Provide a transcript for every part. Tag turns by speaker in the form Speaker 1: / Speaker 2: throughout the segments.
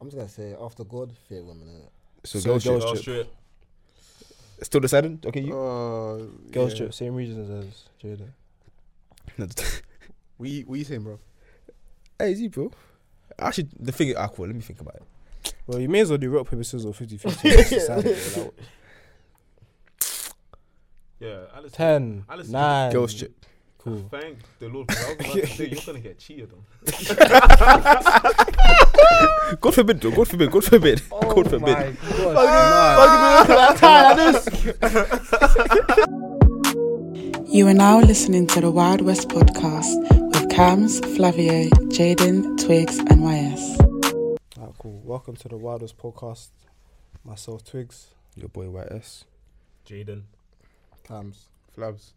Speaker 1: I'm just gonna say after God, fair woman. Innit?
Speaker 2: So,
Speaker 3: Girls' Trip.
Speaker 2: girls trip. Still decided? Okay, you.
Speaker 3: Uh,
Speaker 4: Girls
Speaker 3: yeah.
Speaker 4: trip, same reasons as Jada.
Speaker 3: What you, what you saying, bro?
Speaker 2: hey, is you, bro? Actually, the thing. Ah, cool. Let me think about it.
Speaker 4: Well, you may as well do rock paper scissors or 50-50.
Speaker 5: Yeah, Alice.
Speaker 4: Ten,
Speaker 5: Alice-
Speaker 4: nine.
Speaker 2: Girls trip.
Speaker 4: Cool.
Speaker 5: Thank the Lord. 'cause I was about to say, you're gonna get cheated on.
Speaker 2: God forbid, bro. God forbid. God forbid.
Speaker 4: Oh
Speaker 2: God forbid.
Speaker 6: You are now listening to the Wild West podcast with Cams, Flavio, Jaden, Twigs, and YS.
Speaker 4: Alright, cool. Welcome to the Wildest Podcast. Myself, Twigs.
Speaker 2: Your boy YS.
Speaker 5: Jaden.
Speaker 1: Times.
Speaker 3: Flabs.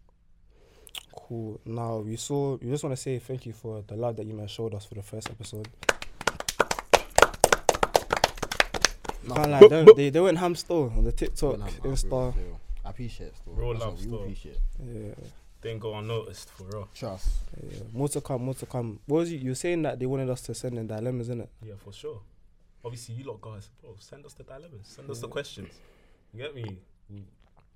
Speaker 4: Cool. Now we saw. We just want to say thank you for the love that you man showed us for the first episode. Can't lie, them- they, they went ham still on the TikTok,
Speaker 1: Nah, nah, bro,
Speaker 4: Insta.
Speaker 1: real. I appreciate it. Still.
Speaker 5: Real
Speaker 1: That's
Speaker 5: love
Speaker 1: what we
Speaker 5: still.
Speaker 1: appreciate.
Speaker 4: Yeah,
Speaker 5: Didn't go unnoticed for real.
Speaker 1: Trust.
Speaker 4: yeah. More to come, more to come. What was you? You were saying that they wanted us to send in dilemmas, innit?
Speaker 5: Yeah, for sure. Obviously, you lot guys, bro, send us the dilemmas, send us the questions. You get me? We,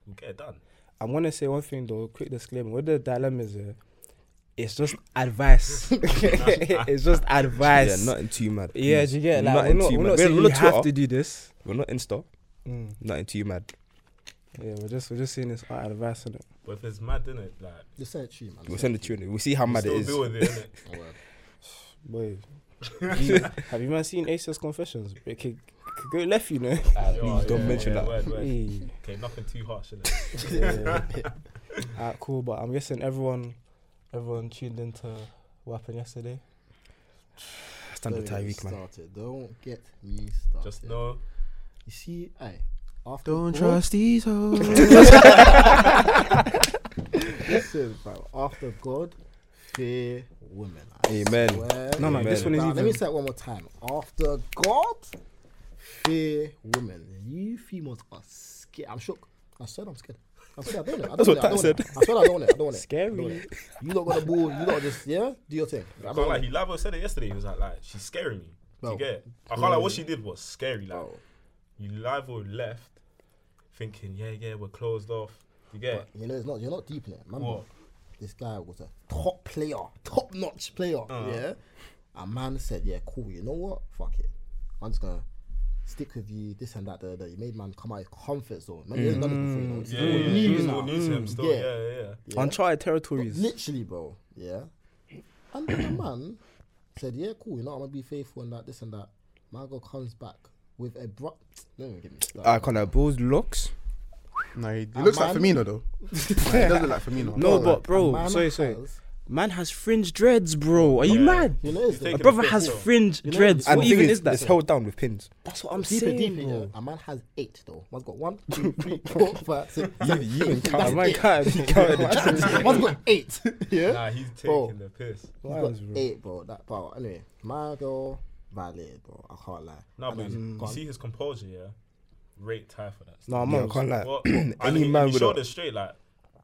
Speaker 5: we get it done.
Speaker 4: I want to say one thing though. Quick disclaimer: with the dilemmas, yeah, it's just advice. it's just
Speaker 2: Yeah,
Speaker 4: advice. Yeah,
Speaker 2: nothing too mad.
Speaker 4: yeah
Speaker 2: please.
Speaker 4: do you get it? like
Speaker 2: Nothing
Speaker 4: we're not,
Speaker 2: too
Speaker 4: we're
Speaker 2: mad.
Speaker 4: not saying
Speaker 2: we're
Speaker 4: you
Speaker 2: not
Speaker 4: have to
Speaker 2: Twitter,
Speaker 4: do this.
Speaker 2: We're not Insta.
Speaker 4: Mm.
Speaker 2: Nothing too mad.
Speaker 4: Yeah, we're just we're just seeing this art advice on it.
Speaker 5: But if it's mad, innit? Like,
Speaker 1: Just say it to you, man.
Speaker 2: We'll send it to you. innit? We'll see how
Speaker 5: we
Speaker 2: mad it
Speaker 5: still
Speaker 2: is.
Speaker 5: deal with it, innit?
Speaker 1: Oh, well.
Speaker 4: Boy, you- have you man seen Aces Confessions? It could, could go left, you know.
Speaker 5: Yeah,
Speaker 2: don't
Speaker 5: yeah,
Speaker 2: mention
Speaker 5: yeah,
Speaker 2: that.
Speaker 5: word, word.
Speaker 4: Hey,
Speaker 5: Okay, nothing too harsh, innit?
Speaker 4: yeah. Alright, cool. But I'm guessing everyone, everyone tuned into what happened yesterday.
Speaker 2: Standard
Speaker 1: Don't get
Speaker 2: Tyreek, man.
Speaker 1: Started. Don't get me started.
Speaker 5: Just know.
Speaker 1: You see, aye. After
Speaker 3: Don't
Speaker 1: God-
Speaker 3: trust these hoes.
Speaker 1: Listen, fam. After God, fear women. I
Speaker 2: Amen.
Speaker 1: swear.
Speaker 4: No,
Speaker 2: Amen.
Speaker 4: no, this one is
Speaker 1: Bruh,
Speaker 4: even.
Speaker 1: Let me say it one more time. After God, fear women. You females are scared. I'm shook. I said I'm scared. I said I don't want it. I
Speaker 2: That's
Speaker 1: don't want
Speaker 2: what
Speaker 1: it. I don't want it. I said I don't want it. I don't want it.
Speaker 4: Scary.
Speaker 1: I don't want it. You lot got the ball. You lot just yeah. Do your thing.
Speaker 5: I can't like he Lavo said it yesterday. He was like, like she's scaring me. Do
Speaker 1: Bro.
Speaker 5: you get? It? I can't like what she did was scary. Like you Lavo left, thinking, yeah, yeah, we're closed off. You get? it?
Speaker 1: You know, it's not. You're not deep in it. Remember,
Speaker 5: What?
Speaker 1: this guy was a top player, top notch player.
Speaker 5: Uh-huh.
Speaker 1: Yeah. And man said, yeah, cool. You know what? Fuck it. I'm just gonna stick with you. This and that. That you made man come out of his comfort zone. Man, he hasn't done it before. You know? It's
Speaker 5: Mm. Yeah,
Speaker 1: all
Speaker 5: yeah, yeah.
Speaker 1: new
Speaker 5: It was
Speaker 1: now.
Speaker 5: all new to him still.
Speaker 1: Mm. Yeah.
Speaker 5: Yeah, yeah, yeah.
Speaker 1: Yeah.
Speaker 4: Uncharted territories.
Speaker 1: Literally, bro. Yeah. And then the man said, Yeah, cool, you know, I'm gonna be faithful and that, this and that. My girl comes back with a bro don't even get me started.
Speaker 2: I can't have balls locks.
Speaker 3: Nah, he, he Uh, looks like
Speaker 1: man-
Speaker 3: Firmino though. nah, he does look like Firmino.
Speaker 4: No,
Speaker 1: Bro,
Speaker 4: but bro,
Speaker 1: a man
Speaker 4: sorry, sorry.
Speaker 1: has-
Speaker 4: Man has fringe dreads, bro. Are you mad?
Speaker 1: You know, it's
Speaker 5: Take
Speaker 1: the,
Speaker 5: it.
Speaker 4: A brother
Speaker 5: piss,
Speaker 4: has
Speaker 5: bro.
Speaker 4: fringe
Speaker 1: You know,
Speaker 4: dreads.
Speaker 2: And
Speaker 4: what
Speaker 2: the thing
Speaker 4: even
Speaker 2: is,
Speaker 4: is that?
Speaker 2: It's held down with pins.
Speaker 4: That's what I'm
Speaker 1: deeper,
Speaker 4: saying,
Speaker 1: deeper, yeah.
Speaker 4: bro.
Speaker 1: A man has eight though. One's got one, two, three, four, five, six, seven.
Speaker 2: you even
Speaker 1: eight. That's
Speaker 2: count.
Speaker 4: Ah, man
Speaker 1: eight.
Speaker 4: can't be counted.
Speaker 1: One's got eight. yeah.
Speaker 5: Nah, he's taking
Speaker 1: Bro.
Speaker 5: the piss.
Speaker 1: He's got eight, bro. That bro. Anyway, my girl violated, bro. I can't lie.
Speaker 5: No,
Speaker 1: And
Speaker 5: but
Speaker 1: then-
Speaker 5: you see his composure, yeah. Rate Ty for that.
Speaker 4: No, I'm
Speaker 2: Yeah, I
Speaker 4: not.
Speaker 2: can't lie.
Speaker 5: Well, I
Speaker 2: Any man
Speaker 5: mean, man you
Speaker 2: with
Speaker 5: showed
Speaker 2: a
Speaker 5: it straight, like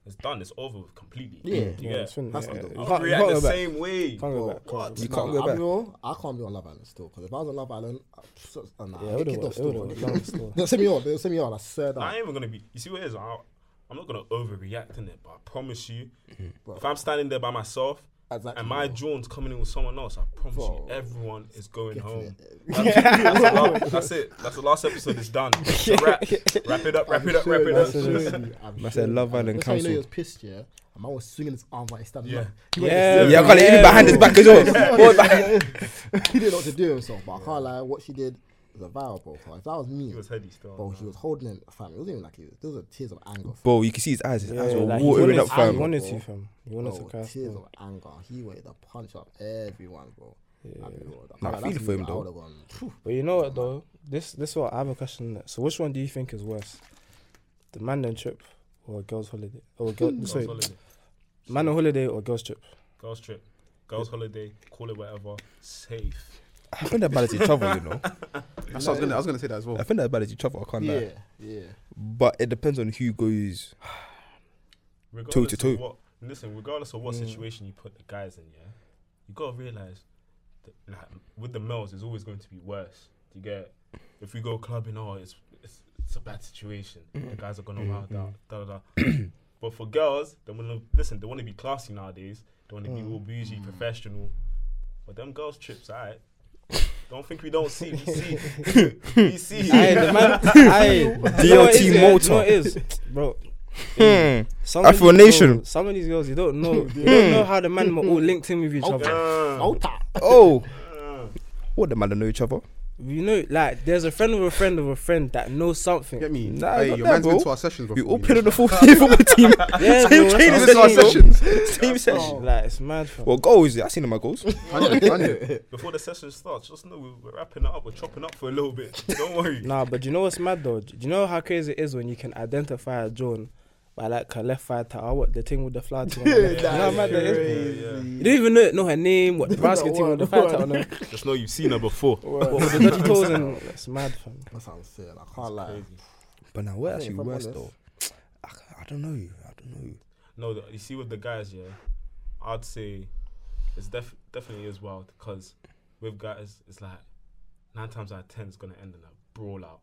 Speaker 5: it's done, it's over with completely.
Speaker 1: Yeah.
Speaker 5: you get. it?
Speaker 4: That's
Speaker 1: yeah.
Speaker 4: You
Speaker 5: I
Speaker 4: can't,
Speaker 5: react
Speaker 4: you can't
Speaker 5: the
Speaker 4: go back.
Speaker 5: same way.
Speaker 4: Can't go back.
Speaker 1: What?
Speaker 2: You can't
Speaker 1: Nah,
Speaker 2: go
Speaker 1: I'll
Speaker 2: back.
Speaker 1: be real, I can't be on Love Island still. Because if I was on Love Island, I, so, uh, nah,
Speaker 4: Yeah,
Speaker 1: I'd
Speaker 4: it
Speaker 1: kick it off
Speaker 4: would've- it
Speaker 1: still.
Speaker 4: would've done still.
Speaker 1: They'll send me on. They'll send me on. I swear
Speaker 5: Nah, I
Speaker 1: that.
Speaker 5: ain't even gonna be. You see what it is? I, I'm not gonna overreact in it, but I promise you,
Speaker 3: Mm-hmm.
Speaker 1: Bro.
Speaker 5: if I'm standing there by myself
Speaker 1: Exactly,
Speaker 5: and my
Speaker 1: bro.
Speaker 5: drone's coming in with someone else, I promise
Speaker 1: Bro.
Speaker 5: you, everyone is going
Speaker 1: Get
Speaker 5: home.
Speaker 1: it.
Speaker 5: That's, that's, the la- that's it. That's the last episode. It's done. It's a wrap. wrap it up. Wrap it up. Wrap it
Speaker 1: That's
Speaker 5: up.
Speaker 1: it. I'm
Speaker 2: Man said
Speaker 1: sure.
Speaker 2: Love Island
Speaker 1: That's how you know he was
Speaker 2: cancelled.
Speaker 1: pissed, yeah. A man was swinging his arm while he standing
Speaker 5: Yeah.
Speaker 1: up.
Speaker 4: Yeah,
Speaker 2: yeah, I can't let
Speaker 4: yeah,
Speaker 2: him behind his
Speaker 4: bro.
Speaker 2: back as well.
Speaker 1: He didn't know what to do with himself, but I can't lie. What she did was a vile, bro. If that was me,
Speaker 5: He was heady still.
Speaker 1: bro, he was holding him. Fam, it wasn't even like he was. Those were tears of anger.
Speaker 2: Bro, you can see his eyes. His
Speaker 4: Yeah,
Speaker 2: eyes were
Speaker 4: like,
Speaker 2: watering
Speaker 4: he
Speaker 2: up,
Speaker 4: wanted,
Speaker 2: fam. Oh,
Speaker 4: He wanted to, fam. He wanted to
Speaker 1: Bro,
Speaker 4: crash.
Speaker 1: tears
Speaker 4: bro.
Speaker 1: of anger. He wanted to punch up everyone, bro. Yeah. I, mean, bro,
Speaker 2: Nah, I
Speaker 1: that's
Speaker 2: feel it for him,
Speaker 1: me, I
Speaker 2: though.
Speaker 1: would've gone, phew.
Speaker 4: But you know what though? This this what I have a question. There. So which one do you think is worse, the man on trip or girls holiday? Or girl,
Speaker 5: Girls
Speaker 4: sorry,
Speaker 5: holiday.
Speaker 4: man on holiday or girls trip?
Speaker 5: Girls trip. Girls holiday. Call it whatever. Safe.
Speaker 2: I think they're bad at each other, you know.
Speaker 3: That's what I was gonna. I was gonna say that as well.
Speaker 2: I think they're bad at each other. I can't
Speaker 1: Yeah,
Speaker 2: lie.
Speaker 1: yeah.
Speaker 2: But it depends on who goes.
Speaker 5: regardless
Speaker 2: to toe.
Speaker 5: Of what, listen, regardless of what situation you put the guys in, yeah, you gotta realize that like, with the males, it's always going to be worse. Do you get? If we go clubbing, oh, it's it's, it's a bad situation. The guys are gonna wild out. Da, da, da. but for girls, they wanna listen. They wanna be classy nowadays. They wanna be all bougie, professional. But them girls trips, alright. Don't think we don't see. We see. we see.
Speaker 4: Aye, the man, aye,
Speaker 2: DLT
Speaker 4: You know what it is, yeah? You know what it is, bro. Some
Speaker 2: Hmm.
Speaker 4: of
Speaker 2: Afro
Speaker 4: these
Speaker 2: Nation.
Speaker 4: girls- some of these girls, you don't know. you don't know how the men were all linked in with each other.
Speaker 5: Uh,
Speaker 1: Ota.
Speaker 2: Oh. What the man don't know each other?
Speaker 4: You know, like there's a friend of a friend of a friend that knows something.
Speaker 3: Get me?
Speaker 2: Nah,
Speaker 3: hey,
Speaker 2: not
Speaker 3: your
Speaker 2: that,
Speaker 3: man's been
Speaker 2: bro.
Speaker 3: to our sessions before.
Speaker 2: We all
Speaker 3: you
Speaker 2: played
Speaker 3: know.
Speaker 2: on the full football team.
Speaker 4: Yeah,
Speaker 2: Same
Speaker 4: bro,
Speaker 2: training
Speaker 4: that's what
Speaker 3: This is
Speaker 4: I'm
Speaker 3: our
Speaker 4: saying.
Speaker 3: sessions.
Speaker 2: Same session.
Speaker 4: Like it's mad. Fam.
Speaker 2: Well, goals. yeah, I seen them my goals.
Speaker 3: I knew it, I knew it.
Speaker 5: Before the session starts, just know we- we're wrapping it up. We're chopping up for a little bit. Don't worry.
Speaker 4: Nah, but you know what's mad though? Do you know how crazy it is when you can identify a drone by like her left thigh towel, what the thing with the flower thing? on her leg? You know how mad that is? You don't even know, know her name, what the basket thing with the flower towel on her,
Speaker 5: Just know you've seen her before.
Speaker 4: what with the dodgy toes and that's mad fam.
Speaker 1: That sounds sick. I can't lie.
Speaker 2: But now, what
Speaker 1: I think
Speaker 2: actually
Speaker 1: if I'm
Speaker 2: worse
Speaker 1: honest-
Speaker 2: though? I, c- I don't know. I don't know.
Speaker 5: No, th- you see with the guys, yeah, I'd say it's def- definitely is wild because with guys, it's like nine times out of ten, it's gonna end in a brawl out.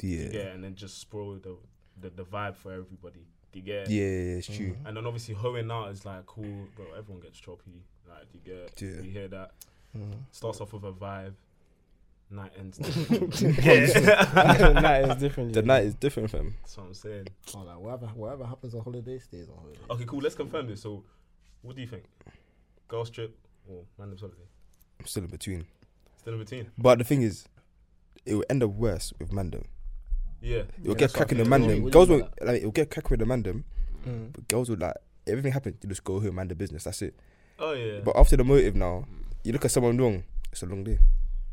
Speaker 2: Yeah.
Speaker 5: Yeah, and then just spoil the, the the vibe for everybody. Do you get? it?
Speaker 2: Yeah, it's true.
Speaker 4: Mm-hmm.
Speaker 5: And then obviously hoeing out is like cool, bro. Everyone gets choppy. Like do you get,
Speaker 2: Yeah.
Speaker 5: you hear that. Starts off with a vibe. Night ends. yeah,
Speaker 4: the night is different.
Speaker 2: The
Speaker 4: yeah.
Speaker 2: night is different, fam.
Speaker 5: that's what I'm saying.
Speaker 1: Can't lie. Whatever, whatever happens on holiday stays on holiday.
Speaker 2: Oh,
Speaker 5: Okay, cool. Let's confirm this. So, what do you think? Girls trip or random holiday?
Speaker 2: I'm still in between.
Speaker 5: Still in between.
Speaker 2: But the thing is, it will end up worse with Mandem.
Speaker 5: Yeah.
Speaker 2: It'll get cracking with
Speaker 1: What do you
Speaker 2: Mandem.
Speaker 1: mean
Speaker 2: Girls
Speaker 1: by
Speaker 2: won't like it'll get cracking with the Mandem,
Speaker 4: Mm.
Speaker 2: but girls would like everything happened. You just go home, mind the business. That's it.
Speaker 5: Oh yeah.
Speaker 2: But after the motive now, you look at someone wrong. It's a long day.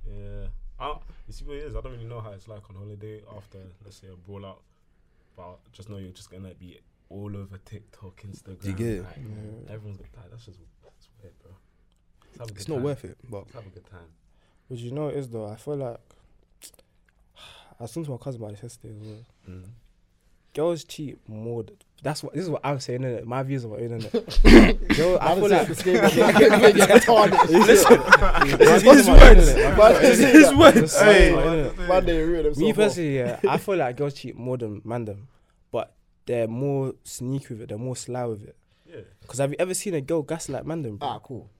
Speaker 5: yeah. I, Uh, you see what it is. I don't really know how it's like on holiday after let's say a brawl out, but just know you're just gonna be all over TikTok, Instagram.
Speaker 2: You get it?
Speaker 5: like, Everyone's gonna die. That's just that's weird, bro. Let's have a
Speaker 2: It's
Speaker 5: good
Speaker 2: not
Speaker 5: time.
Speaker 2: worth it. But
Speaker 5: Let's have a good time.
Speaker 4: But you know what it is though, I feel like I was talking to my cousin about this yesterday as well.
Speaker 2: Mm.
Speaker 4: Girls cheat more. th- That's what this is what I'm saying. Innit? My views are what innit. Girl, I feel like
Speaker 1: Oh, Listen,
Speaker 4: this
Speaker 2: his words. His words.
Speaker 1: Monday ruined himself.
Speaker 4: Me
Speaker 1: off.
Speaker 4: personally, yeah, I feel like girls cheat more than man them, but they're more sneaky with it. They're more sly with it.
Speaker 5: Yeah.
Speaker 4: Cause have you ever seen a girl gaslight man them? bro?
Speaker 1: Ah, cool.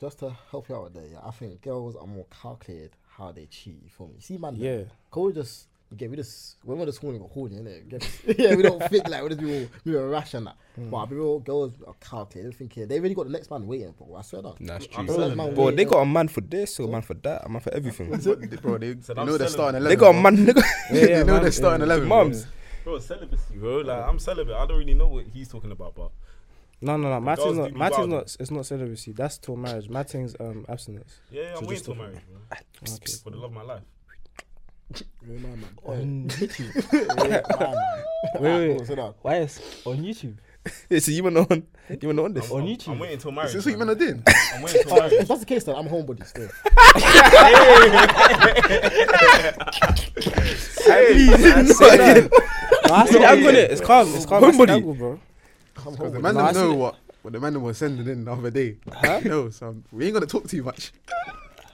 Speaker 1: Just to help you out with that, yeah, I think girls are more calculated how they cheat. You feel me? See, man.
Speaker 4: Yeah.
Speaker 1: Can we just get we just when we're just horny, we're horny, innit? Get- yeah, we don't think like we just be all we were rash and that.
Speaker 4: Hmm.
Speaker 1: But I'll be real, girls are calculated. They're thinking they really got the next man waiting, bro. I swear that.
Speaker 2: nah, it's
Speaker 5: I'm
Speaker 2: true.
Speaker 5: telling
Speaker 1: That man
Speaker 2: But they
Speaker 1: waiting.
Speaker 2: got a man for this, a man for that, a man for everything.
Speaker 3: Bro, they,
Speaker 5: So
Speaker 3: they
Speaker 5: I'm
Speaker 3: know
Speaker 5: selling.
Speaker 3: they're starting 11.
Speaker 2: They got a
Speaker 3: bro.
Speaker 2: man. They got
Speaker 4: Yeah,
Speaker 3: they
Speaker 4: yeah,
Speaker 3: know
Speaker 4: man-
Speaker 3: they're starting
Speaker 4: yeah.
Speaker 3: 11. bro.
Speaker 2: mums.
Speaker 5: Bro, celibacy, bro. Like I'm celibate. I don't really know what he's talking about, but
Speaker 4: No, no, no. My
Speaker 5: girls
Speaker 4: thing's
Speaker 5: do
Speaker 4: not.
Speaker 5: be
Speaker 4: My thing's
Speaker 5: wild.
Speaker 4: not. It's not celibacy. That's till marriage. My thing's um abstinence.
Speaker 5: yeah, yeah I'm
Speaker 4: So
Speaker 5: waiting
Speaker 4: just
Speaker 5: till
Speaker 4: off-
Speaker 5: marriage, bro.
Speaker 4: Okay.
Speaker 5: For the love of my life.
Speaker 1: Remind man.
Speaker 4: On YouTube.
Speaker 1: Remind man.
Speaker 4: Wait,
Speaker 1: Cool,
Speaker 4: wait.
Speaker 1: sit down.
Speaker 4: Why is on YouTube?
Speaker 2: Yeah, so you were not on. You were not on this.
Speaker 5: I'm, I'm,
Speaker 4: YouTube?
Speaker 5: I'm waiting till marriage.
Speaker 3: Is this what you
Speaker 5: man.
Speaker 3: men are doing?
Speaker 5: I'm waiting till
Speaker 1: Oh,
Speaker 5: marriage.
Speaker 1: if that's the case, then I'm homebody still.
Speaker 4: No, I said I'm gonna. It's calm. It's calm.
Speaker 2: Homebody.
Speaker 4: Homebody, bro.
Speaker 1: I'm
Speaker 3: Because the
Speaker 1: homebody.
Speaker 3: man
Speaker 4: Nah, I
Speaker 3: didn't know
Speaker 4: see-
Speaker 3: what, what the man done was sending in the other day. No, so I'm- we ain't gonna talk too much.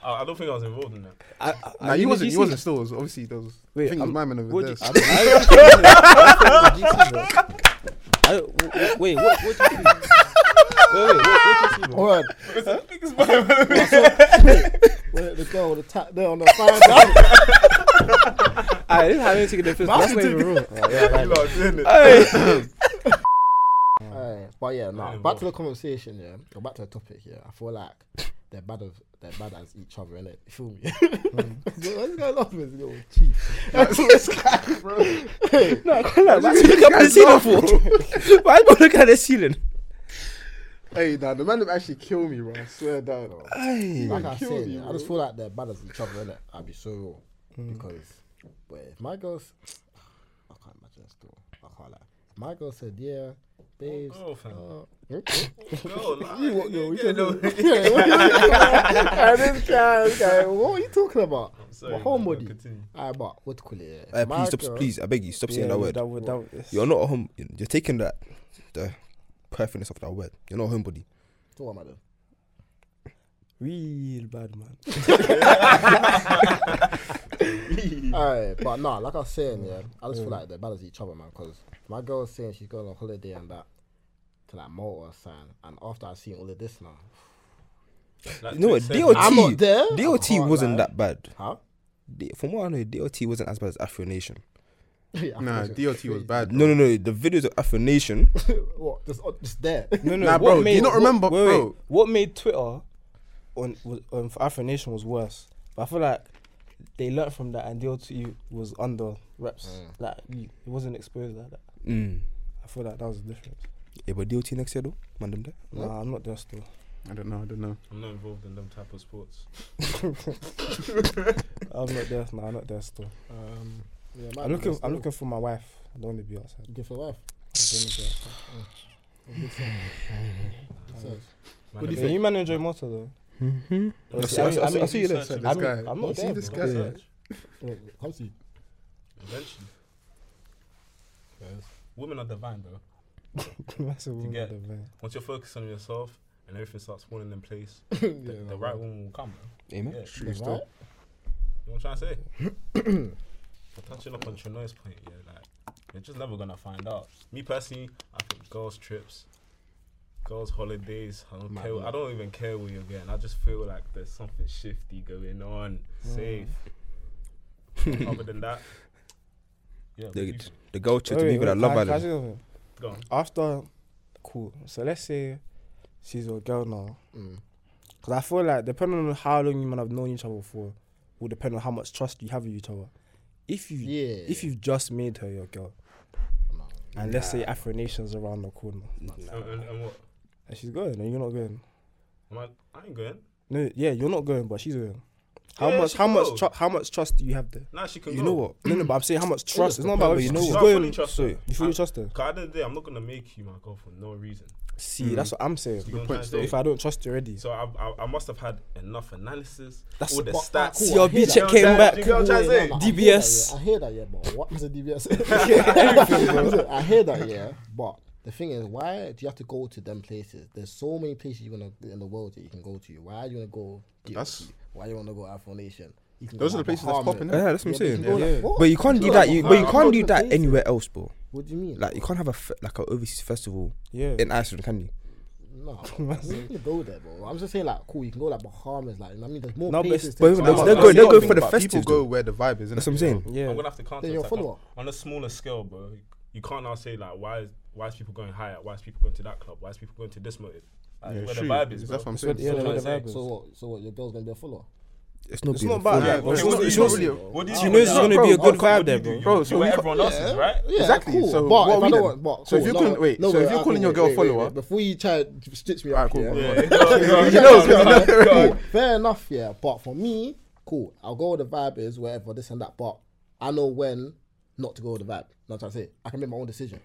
Speaker 5: I, I don't think I was involved in that.
Speaker 4: I, I,
Speaker 3: Nah, you wasn't.
Speaker 4: see-
Speaker 3: You um, wasn't still. it was Obviously, those.
Speaker 4: Wait,
Speaker 3: I think it was
Speaker 4: I'm-
Speaker 3: my man over
Speaker 4: What do
Speaker 3: there.
Speaker 4: you, I, don't- I, don't- I, don't- I, don't- wait, what? What do you see? Wait, wait, what, what do you see? Bro?
Speaker 1: Word. Where the girl with the tap there on the fire.
Speaker 4: I didn't have anything in the fist. That's not even real. Alright, yeah, right.
Speaker 5: You lot are doing it.
Speaker 1: Alright, but yeah, no.
Speaker 5: Yeah,
Speaker 1: back to
Speaker 5: bro.
Speaker 1: the conversation, yeah. Or back to the topic here. I feel like they're bad of they're bad as each other, innit? You feel me?
Speaker 5: Mm.
Speaker 1: What's going on with this little chief? That's what it's like, bro. Hey,
Speaker 2: No, I can't lie. Why you looking up at the ceiling for? Why you looking at the ceiling?
Speaker 3: Hey, nah, the man done actually killed me, bro. I swear down.
Speaker 1: like I
Speaker 3: killed
Speaker 1: said,
Speaker 3: you,
Speaker 1: yeah, I just feel like they're bad as each other, innit? I'd be so real.
Speaker 5: Mm.
Speaker 1: Because but if my girls I can't imagine that still. I can't lie. If my girl said, Yeah, babes.
Speaker 5: Girl, fam.
Speaker 1: uh,
Speaker 5: Girl, like,
Speaker 1: You what, yo, you
Speaker 5: yeah, no.
Speaker 1: talking- Yeah, what you talking about? And this guy, this guy, what are you talking about?
Speaker 5: sorry,
Speaker 1: My
Speaker 5: man, no,
Speaker 1: homebody.
Speaker 5: continue.
Speaker 1: Alright, but what to call it? yeah.
Speaker 2: Uh,
Speaker 1: My
Speaker 2: please stop.
Speaker 1: girl-
Speaker 2: Please, I beg you, stop
Speaker 4: Yeah,
Speaker 2: saying that
Speaker 4: we're
Speaker 2: word.
Speaker 4: done, we're done with this.
Speaker 2: You're not a home. You're taking that the perfectness of that word. You're not a homebody.
Speaker 1: So what am I doing?
Speaker 4: real bad man.
Speaker 1: Alright, but nah, like I was saying, yeah, I just feel like they balance each other, man. Because my girl's saying she's going on holiday and that to that Malta sign, and after I've seen all of this now,
Speaker 5: Like,
Speaker 2: You know what?
Speaker 5: Twix said,
Speaker 2: DOT,
Speaker 1: I'm not there. I
Speaker 2: DOT
Speaker 1: can't
Speaker 2: wasn't
Speaker 1: lie.
Speaker 2: that bad.
Speaker 1: huh?
Speaker 2: The- From what I know, DOT wasn't as bad as Afro Nation.
Speaker 1: Yeah, I
Speaker 3: Nah,
Speaker 1: think
Speaker 3: DOT was bad.
Speaker 2: No, no, no. The videos of Afro Nation.
Speaker 1: it's- What? Just, uh, just there.
Speaker 4: No, no,
Speaker 3: Nah,
Speaker 4: what
Speaker 3: bro, do you
Speaker 4: made,
Speaker 3: not
Speaker 4: what-
Speaker 3: remember-
Speaker 4: wait, wait,
Speaker 3: bro?
Speaker 4: what made Twitter on was on for Afro Nation was worse. But I feel like they learned from that, and DLT was under reps. Like it wasn't exposed like that.
Speaker 2: mm.
Speaker 4: I feel like that was the difference.
Speaker 2: Yeah, but DOT next year though, man, them there.
Speaker 4: Nah, I'm not there still.
Speaker 3: I don't know. I don't know.
Speaker 5: I'm not involved in them type of sports.
Speaker 4: I'm not there. Nah, I'm not there still.
Speaker 1: Um, yeah,
Speaker 4: I'm looking. I'm looking for my wife. I don't want to be outside.
Speaker 1: Give for life.
Speaker 4: I don't want to be outside.
Speaker 5: Man,
Speaker 3: What do you
Speaker 5: I
Speaker 4: Yeah,
Speaker 5: mean-
Speaker 4: you man enjoy motor though.
Speaker 2: Mm-hmm.
Speaker 4: Or
Speaker 2: I
Speaker 4: is
Speaker 2: see,
Speaker 4: it-
Speaker 2: I see,
Speaker 4: I
Speaker 2: I see, I
Speaker 4: mean-
Speaker 2: see you there.
Speaker 5: Search
Speaker 3: This
Speaker 4: I'm,
Speaker 3: guy.
Speaker 4: I'm
Speaker 3: You
Speaker 4: not
Speaker 3: see
Speaker 4: there.
Speaker 3: this
Speaker 4: bro.
Speaker 3: guy?
Speaker 5: Search.
Speaker 1: Come see.
Speaker 5: Eventually. Women are divine, bro.
Speaker 4: Massive woman
Speaker 5: get-
Speaker 4: at the event.
Speaker 5: Once you're focused on yourself and everything starts falling in place,
Speaker 1: yeah,
Speaker 5: the, the right woman will come, bro.
Speaker 2: Amen.
Speaker 5: Yeah.
Speaker 3: True still.
Speaker 5: You know what I'm trying to say? But touching up on Trinoy's point, yeah, like you're just never gonna find out. Me personally, I think girls' trips, girls' holidays, I don't
Speaker 1: Mad,
Speaker 5: care. I
Speaker 1: mad.
Speaker 5: don't even care where you're getting. I just feel like there's something shifty going on.
Speaker 2: Mm.
Speaker 5: Safe. Other than that, yeah, what do you
Speaker 2: The,
Speaker 5: think?
Speaker 2: the girl chick
Speaker 4: Wait,
Speaker 2: to
Speaker 4: wait,
Speaker 2: me with
Speaker 4: wait,
Speaker 2: that Love
Speaker 4: can I- can I
Speaker 2: Island.
Speaker 4: say something?
Speaker 5: go on.
Speaker 4: after cool so let's say she's your girl now
Speaker 1: Mm.
Speaker 4: because i feel like depending on how long you might have known each other for will depend on how much trust you have with each other if you
Speaker 1: Yeah.
Speaker 4: if you've just made her your girl
Speaker 1: Nah.
Speaker 4: and let's say afro nation's around the corner
Speaker 5: And, and, and what?
Speaker 4: and she's going and you're not going
Speaker 5: Am I, I ain't going.
Speaker 4: no yeah you're not going but she's going how
Speaker 5: Yeah,
Speaker 4: much
Speaker 5: she
Speaker 4: how
Speaker 5: go.
Speaker 4: much tru- how much trust do you have there
Speaker 5: Now she can
Speaker 2: You
Speaker 5: go.
Speaker 2: know what?
Speaker 4: no no but i'm saying how much trust it's not
Speaker 2: depends,
Speaker 4: about
Speaker 2: but you know
Speaker 4: she's
Speaker 2: what?
Speaker 5: I fully
Speaker 4: going
Speaker 5: trust
Speaker 2: so-
Speaker 5: her.
Speaker 4: you fully
Speaker 5: I-
Speaker 4: trust her
Speaker 5: 'Cause at the end of the day, I'm not gonna make you my girl for no reason.
Speaker 4: see that's what i'm saying
Speaker 5: You know what I'm
Speaker 3: point
Speaker 5: trying to
Speaker 3: still.
Speaker 5: say?
Speaker 4: if i don't trust you already
Speaker 5: So I, I, I must have had enough analysis.
Speaker 4: That's-
Speaker 5: all the
Speaker 1: but-
Speaker 5: stats.
Speaker 1: cool, I hear
Speaker 4: CRB
Speaker 1: that.
Speaker 4: check
Speaker 5: You know
Speaker 4: came
Speaker 5: what I'm
Speaker 4: back
Speaker 5: trying- you know what I'm trying to say?
Speaker 1: Nah, nah,
Speaker 4: DBS.
Speaker 1: I hear that, yeah, I hear that, yeah, but what is a DBS? I hear that, yeah, but the thing is, why do you have to go to them places? There's so many places you wanna in the world that you can go to. Why do you wanna go? DOT?
Speaker 3: That's-
Speaker 1: why you wanna go Afro Nation? You can
Speaker 3: Those
Speaker 1: go
Speaker 3: are the places that's
Speaker 1: Bahamas.
Speaker 3: popping up.
Speaker 2: Yeah, that's what I'm saying.
Speaker 1: but you can go like- what?
Speaker 2: But you can't do
Speaker 1: Yeah,
Speaker 2: that. You,
Speaker 1: but
Speaker 2: but you
Speaker 1: I'm
Speaker 2: can't
Speaker 1: not
Speaker 2: do that
Speaker 1: convinced.
Speaker 2: anywhere else, bro.
Speaker 1: What do you mean?
Speaker 2: Like you can't have a fe- like an overseas festival
Speaker 4: yeah
Speaker 2: in Iceland, can you?
Speaker 1: No, I'm not gonna go there, bro. I'm just saying, like, cool, you can go like Bahamas, like, you know what I mean, there's more
Speaker 4: No, but
Speaker 1: places.
Speaker 4: it's-
Speaker 1: to
Speaker 2: but
Speaker 1: go.
Speaker 2: they're
Speaker 3: That's-
Speaker 2: going-
Speaker 3: that's
Speaker 2: they're
Speaker 3: the
Speaker 2: going
Speaker 3: thing,
Speaker 2: for the
Speaker 3: but People
Speaker 2: festive,
Speaker 3: go
Speaker 2: though.
Speaker 3: where the vibe is.
Speaker 2: That's
Speaker 3: innit?
Speaker 2: what I'm saying.
Speaker 4: yeah
Speaker 5: I'm gonna have to counter
Speaker 1: Then you're a
Speaker 5: attack on,
Speaker 1: follower.
Speaker 5: on a smaller scale, bro. You can't now say like why is why is people going higher? Why is people going to that club? Why is people going to this motive? Like,
Speaker 3: Yeah,
Speaker 5: where
Speaker 3: true.
Speaker 5: the vibe is, bro.
Speaker 3: That's what I'm
Speaker 4: It's where-
Speaker 3: saying.
Speaker 4: yeah,
Speaker 5: So
Speaker 4: where
Speaker 5: what
Speaker 4: the
Speaker 5: I'm
Speaker 4: vibe is.
Speaker 1: So what? So what? Your girl's gonna be a follower?
Speaker 2: It's not.
Speaker 4: It's
Speaker 2: being
Speaker 4: not about
Speaker 2: full.
Speaker 4: that,
Speaker 3: Yeah,
Speaker 4: bro.
Speaker 3: okay,
Speaker 4: It's
Speaker 3: what
Speaker 4: not-
Speaker 3: do you
Speaker 4: it's
Speaker 3: do?
Speaker 4: not-
Speaker 3: What do you-
Speaker 5: What do
Speaker 4: you
Speaker 5: you?
Speaker 4: know it's
Speaker 5: do?
Speaker 4: gonna
Speaker 5: Bro,
Speaker 4: be a
Speaker 5: what-
Speaker 4: good
Speaker 5: what
Speaker 4: vibe
Speaker 5: do you
Speaker 4: there,
Speaker 5: do?
Speaker 4: bro.
Speaker 5: You
Speaker 3: Bro,
Speaker 5: do
Speaker 3: so
Speaker 5: what
Speaker 3: we-
Speaker 5: everyone else is, right?
Speaker 1: Yeah,
Speaker 3: Exactly,
Speaker 1: Cool.
Speaker 3: so
Speaker 1: but if
Speaker 3: what are
Speaker 1: I
Speaker 3: we
Speaker 1: don't
Speaker 3: then?
Speaker 1: want, but
Speaker 3: So if
Speaker 1: cool,
Speaker 3: you're
Speaker 1: no,
Speaker 3: calling- wait,
Speaker 1: no,
Speaker 3: so if
Speaker 1: I-
Speaker 3: you're calling
Speaker 1: cool,
Speaker 3: your girl
Speaker 1: wait, wait,
Speaker 3: follower-
Speaker 1: wait, before you try to stitch me
Speaker 3: Alright,
Speaker 1: up,
Speaker 3: cool,
Speaker 1: yeah,
Speaker 3: cool.
Speaker 5: Yeah, go on, go on,
Speaker 3: He
Speaker 5: go
Speaker 3: knows,
Speaker 5: on,
Speaker 3: he
Speaker 5: go
Speaker 3: knows.
Speaker 5: on, go on.
Speaker 1: fair enough, yeah. But for me, cool, I'll go with the vibe is whatever this and that. But I know when not to go with the vibe. Know what I'm trying to say? I can make my own decision.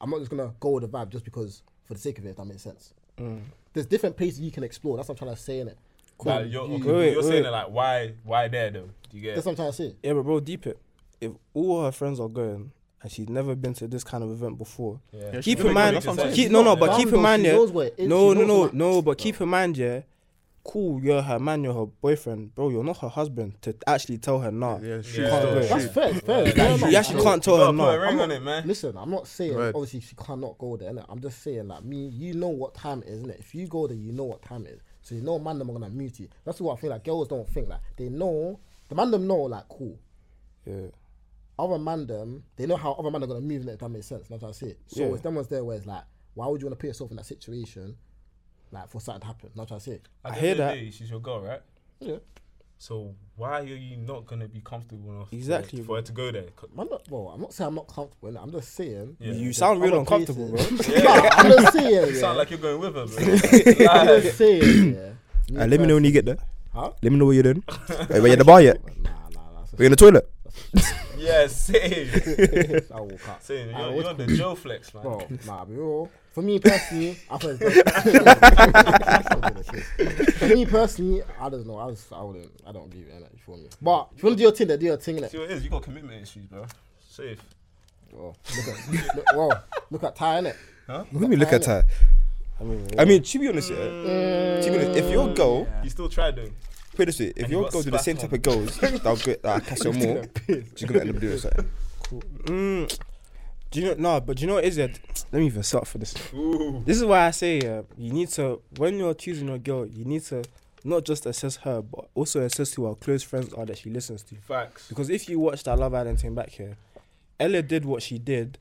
Speaker 1: I'm not just gonna go with the vibe just because for the sake of it. If that makes sense.
Speaker 3: Mm.
Speaker 1: There's different places you can explore. That's what I'm trying to say in it.
Speaker 5: Nah, you're, okay,
Speaker 4: Wait,
Speaker 5: you're
Speaker 4: wait.
Speaker 5: saying that like why why there though? Do you
Speaker 1: That's
Speaker 5: get?
Speaker 1: what I'm trying to say.
Speaker 4: Yeah, but bro, deep it. If all her friends are going and she's never been to this kind of event before,
Speaker 5: Yeah.
Speaker 4: keep
Speaker 5: Yeah,
Speaker 4: in mind,
Speaker 5: that's what I'm saying.
Speaker 4: keep, no, no, but
Speaker 1: Bam,
Speaker 4: keep
Speaker 1: though,
Speaker 4: in mind,
Speaker 1: she
Speaker 4: yeah,
Speaker 1: knows where it is,
Speaker 4: no,
Speaker 1: she
Speaker 4: no,
Speaker 1: knows
Speaker 4: no,
Speaker 1: what-
Speaker 4: no, but keep in mind, yeah, cool, you're her man, you're her boyfriend, bro, you're not her husband to actually tell her nah.
Speaker 3: Yeah,
Speaker 5: Yeah.
Speaker 3: true.
Speaker 4: Can't
Speaker 3: still,
Speaker 4: go.
Speaker 3: true.
Speaker 1: That's fair. It's fair. it's
Speaker 5: Yeah,
Speaker 1: fair
Speaker 5: you
Speaker 1: enough.
Speaker 4: You actually
Speaker 1: I know.
Speaker 4: can't
Speaker 5: You
Speaker 4: tell her
Speaker 5: gotta put a
Speaker 4: nah.
Speaker 5: ring
Speaker 1: I'm
Speaker 5: on
Speaker 1: not-
Speaker 5: it, man.
Speaker 1: Listen, I'm not saying
Speaker 3: Right.
Speaker 1: obviously she cannot go there. Innit? I'm just saying like me, you know what time it is, isn't it? If you go there, you know what time it is. So you know, man, them are gonna mute you. That's what I feel like. Girls don't think like they know. The man them know like cool.
Speaker 4: Yeah.
Speaker 1: Other man them, they know how other man are gonna move. innit? If that makes sense, that's what I say. So
Speaker 4: Yeah.
Speaker 1: it's them ones there where it's like, why would you wanna put yourself in that situation, like for something to happen? That's what I say.
Speaker 5: At
Speaker 4: I
Speaker 5: the
Speaker 4: hear
Speaker 5: end of
Speaker 4: that.
Speaker 5: the Day, she's your girl, right?
Speaker 1: Yeah,
Speaker 5: So why are you not gonna be comfortable enough for-
Speaker 4: Exactly,
Speaker 5: for
Speaker 4: bro.
Speaker 5: her to go there?
Speaker 1: man. Not, well, I'm not saying I'm not comfortable. innit? I'm just saying.
Speaker 5: Yeah.
Speaker 4: You sound
Speaker 1: Other
Speaker 4: real uncomfortable, bro.
Speaker 1: places- Nah, I'm just saying.
Speaker 5: You
Speaker 1: yeah.
Speaker 5: sound like you're going with her, bro.
Speaker 1: I'm
Speaker 5: Like,
Speaker 1: just saying. Yeah.
Speaker 2: Uh, let me know when you get there.
Speaker 1: Huh?
Speaker 2: Let me know what you're doing. Wait, were you at the bar yet?
Speaker 1: Nah, nah, nah.
Speaker 2: Were you in the toilet?
Speaker 5: yeah, same,
Speaker 1: I woke up.
Speaker 5: same.
Speaker 1: I
Speaker 5: You're,
Speaker 1: was
Speaker 5: you're the Joe flex, man.
Speaker 1: Bro, nah, bro. For me personally, I feel it's- For me personally, I don't know. I was, I wouldn't. I don't believe it in it. You feel me? But if you want to do your thing, then do your thing in it.
Speaker 5: See what it is? You got commitment issues, bro. Safe.
Speaker 1: Well, look at, look, well, look at Ty in it.
Speaker 2: Let me look at her.
Speaker 4: I mean,
Speaker 2: I mean, to be honest, yeah. To be honest, if your girl,
Speaker 5: You still try though.
Speaker 2: put it this way: if
Speaker 5: you
Speaker 2: your
Speaker 5: got
Speaker 2: girls do the
Speaker 5: spat
Speaker 2: same
Speaker 5: on.
Speaker 2: type of girls, that'll get that catch her more. She's gonna end up doing something.
Speaker 4: Cool. Mm. Do you know? No, but do you know what is it? Let me even start for this. This is why I say uh, you need to when you're choosing a girl, you need to not just assess her, but also assess who her close friends are that she listens to.
Speaker 5: Facts.
Speaker 4: Because if you watch that Love Island thing back here, Ella did what she did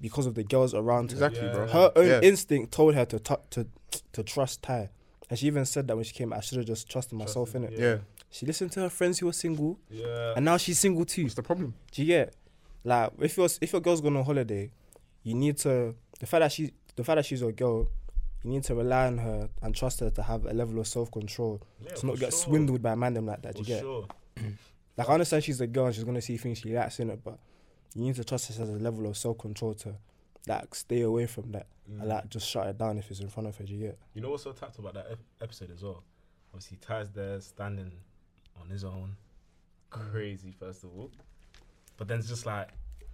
Speaker 4: because of the girls around her.
Speaker 3: Exactly,
Speaker 5: Yeah.
Speaker 3: bro.
Speaker 4: Her own
Speaker 3: Yeah.
Speaker 4: instinct told her to tu- to to trust Ty, and she even said that when she came, I should have just trusted myself in it.
Speaker 3: Yeah,
Speaker 4: She listened to her friends who were single,
Speaker 5: Yeah.
Speaker 4: and now she's single too.
Speaker 3: it's the problem.
Speaker 4: Do you get? Like, if your if your girl's going on holiday, you need to the fact that she the fact that she's your girl, you need to rely on her and trust her to have a level of self control
Speaker 5: yeah,
Speaker 4: to not
Speaker 5: for
Speaker 4: get
Speaker 5: sure.
Speaker 4: swindled by a man them like that. Do
Speaker 5: For
Speaker 4: you get?
Speaker 5: sure.
Speaker 4: Like I understand she's a girl and she's gonna see things she likes in it, but you need to trust her as a level of self control to like stay away from that
Speaker 5: Mm.
Speaker 4: and like just shut it down if it's in front of her. Do you get?
Speaker 5: You know what's so tapped about that ep- episode as well? Obviously, Ty's there standing on his own. Crazy, first of all. But then it's just like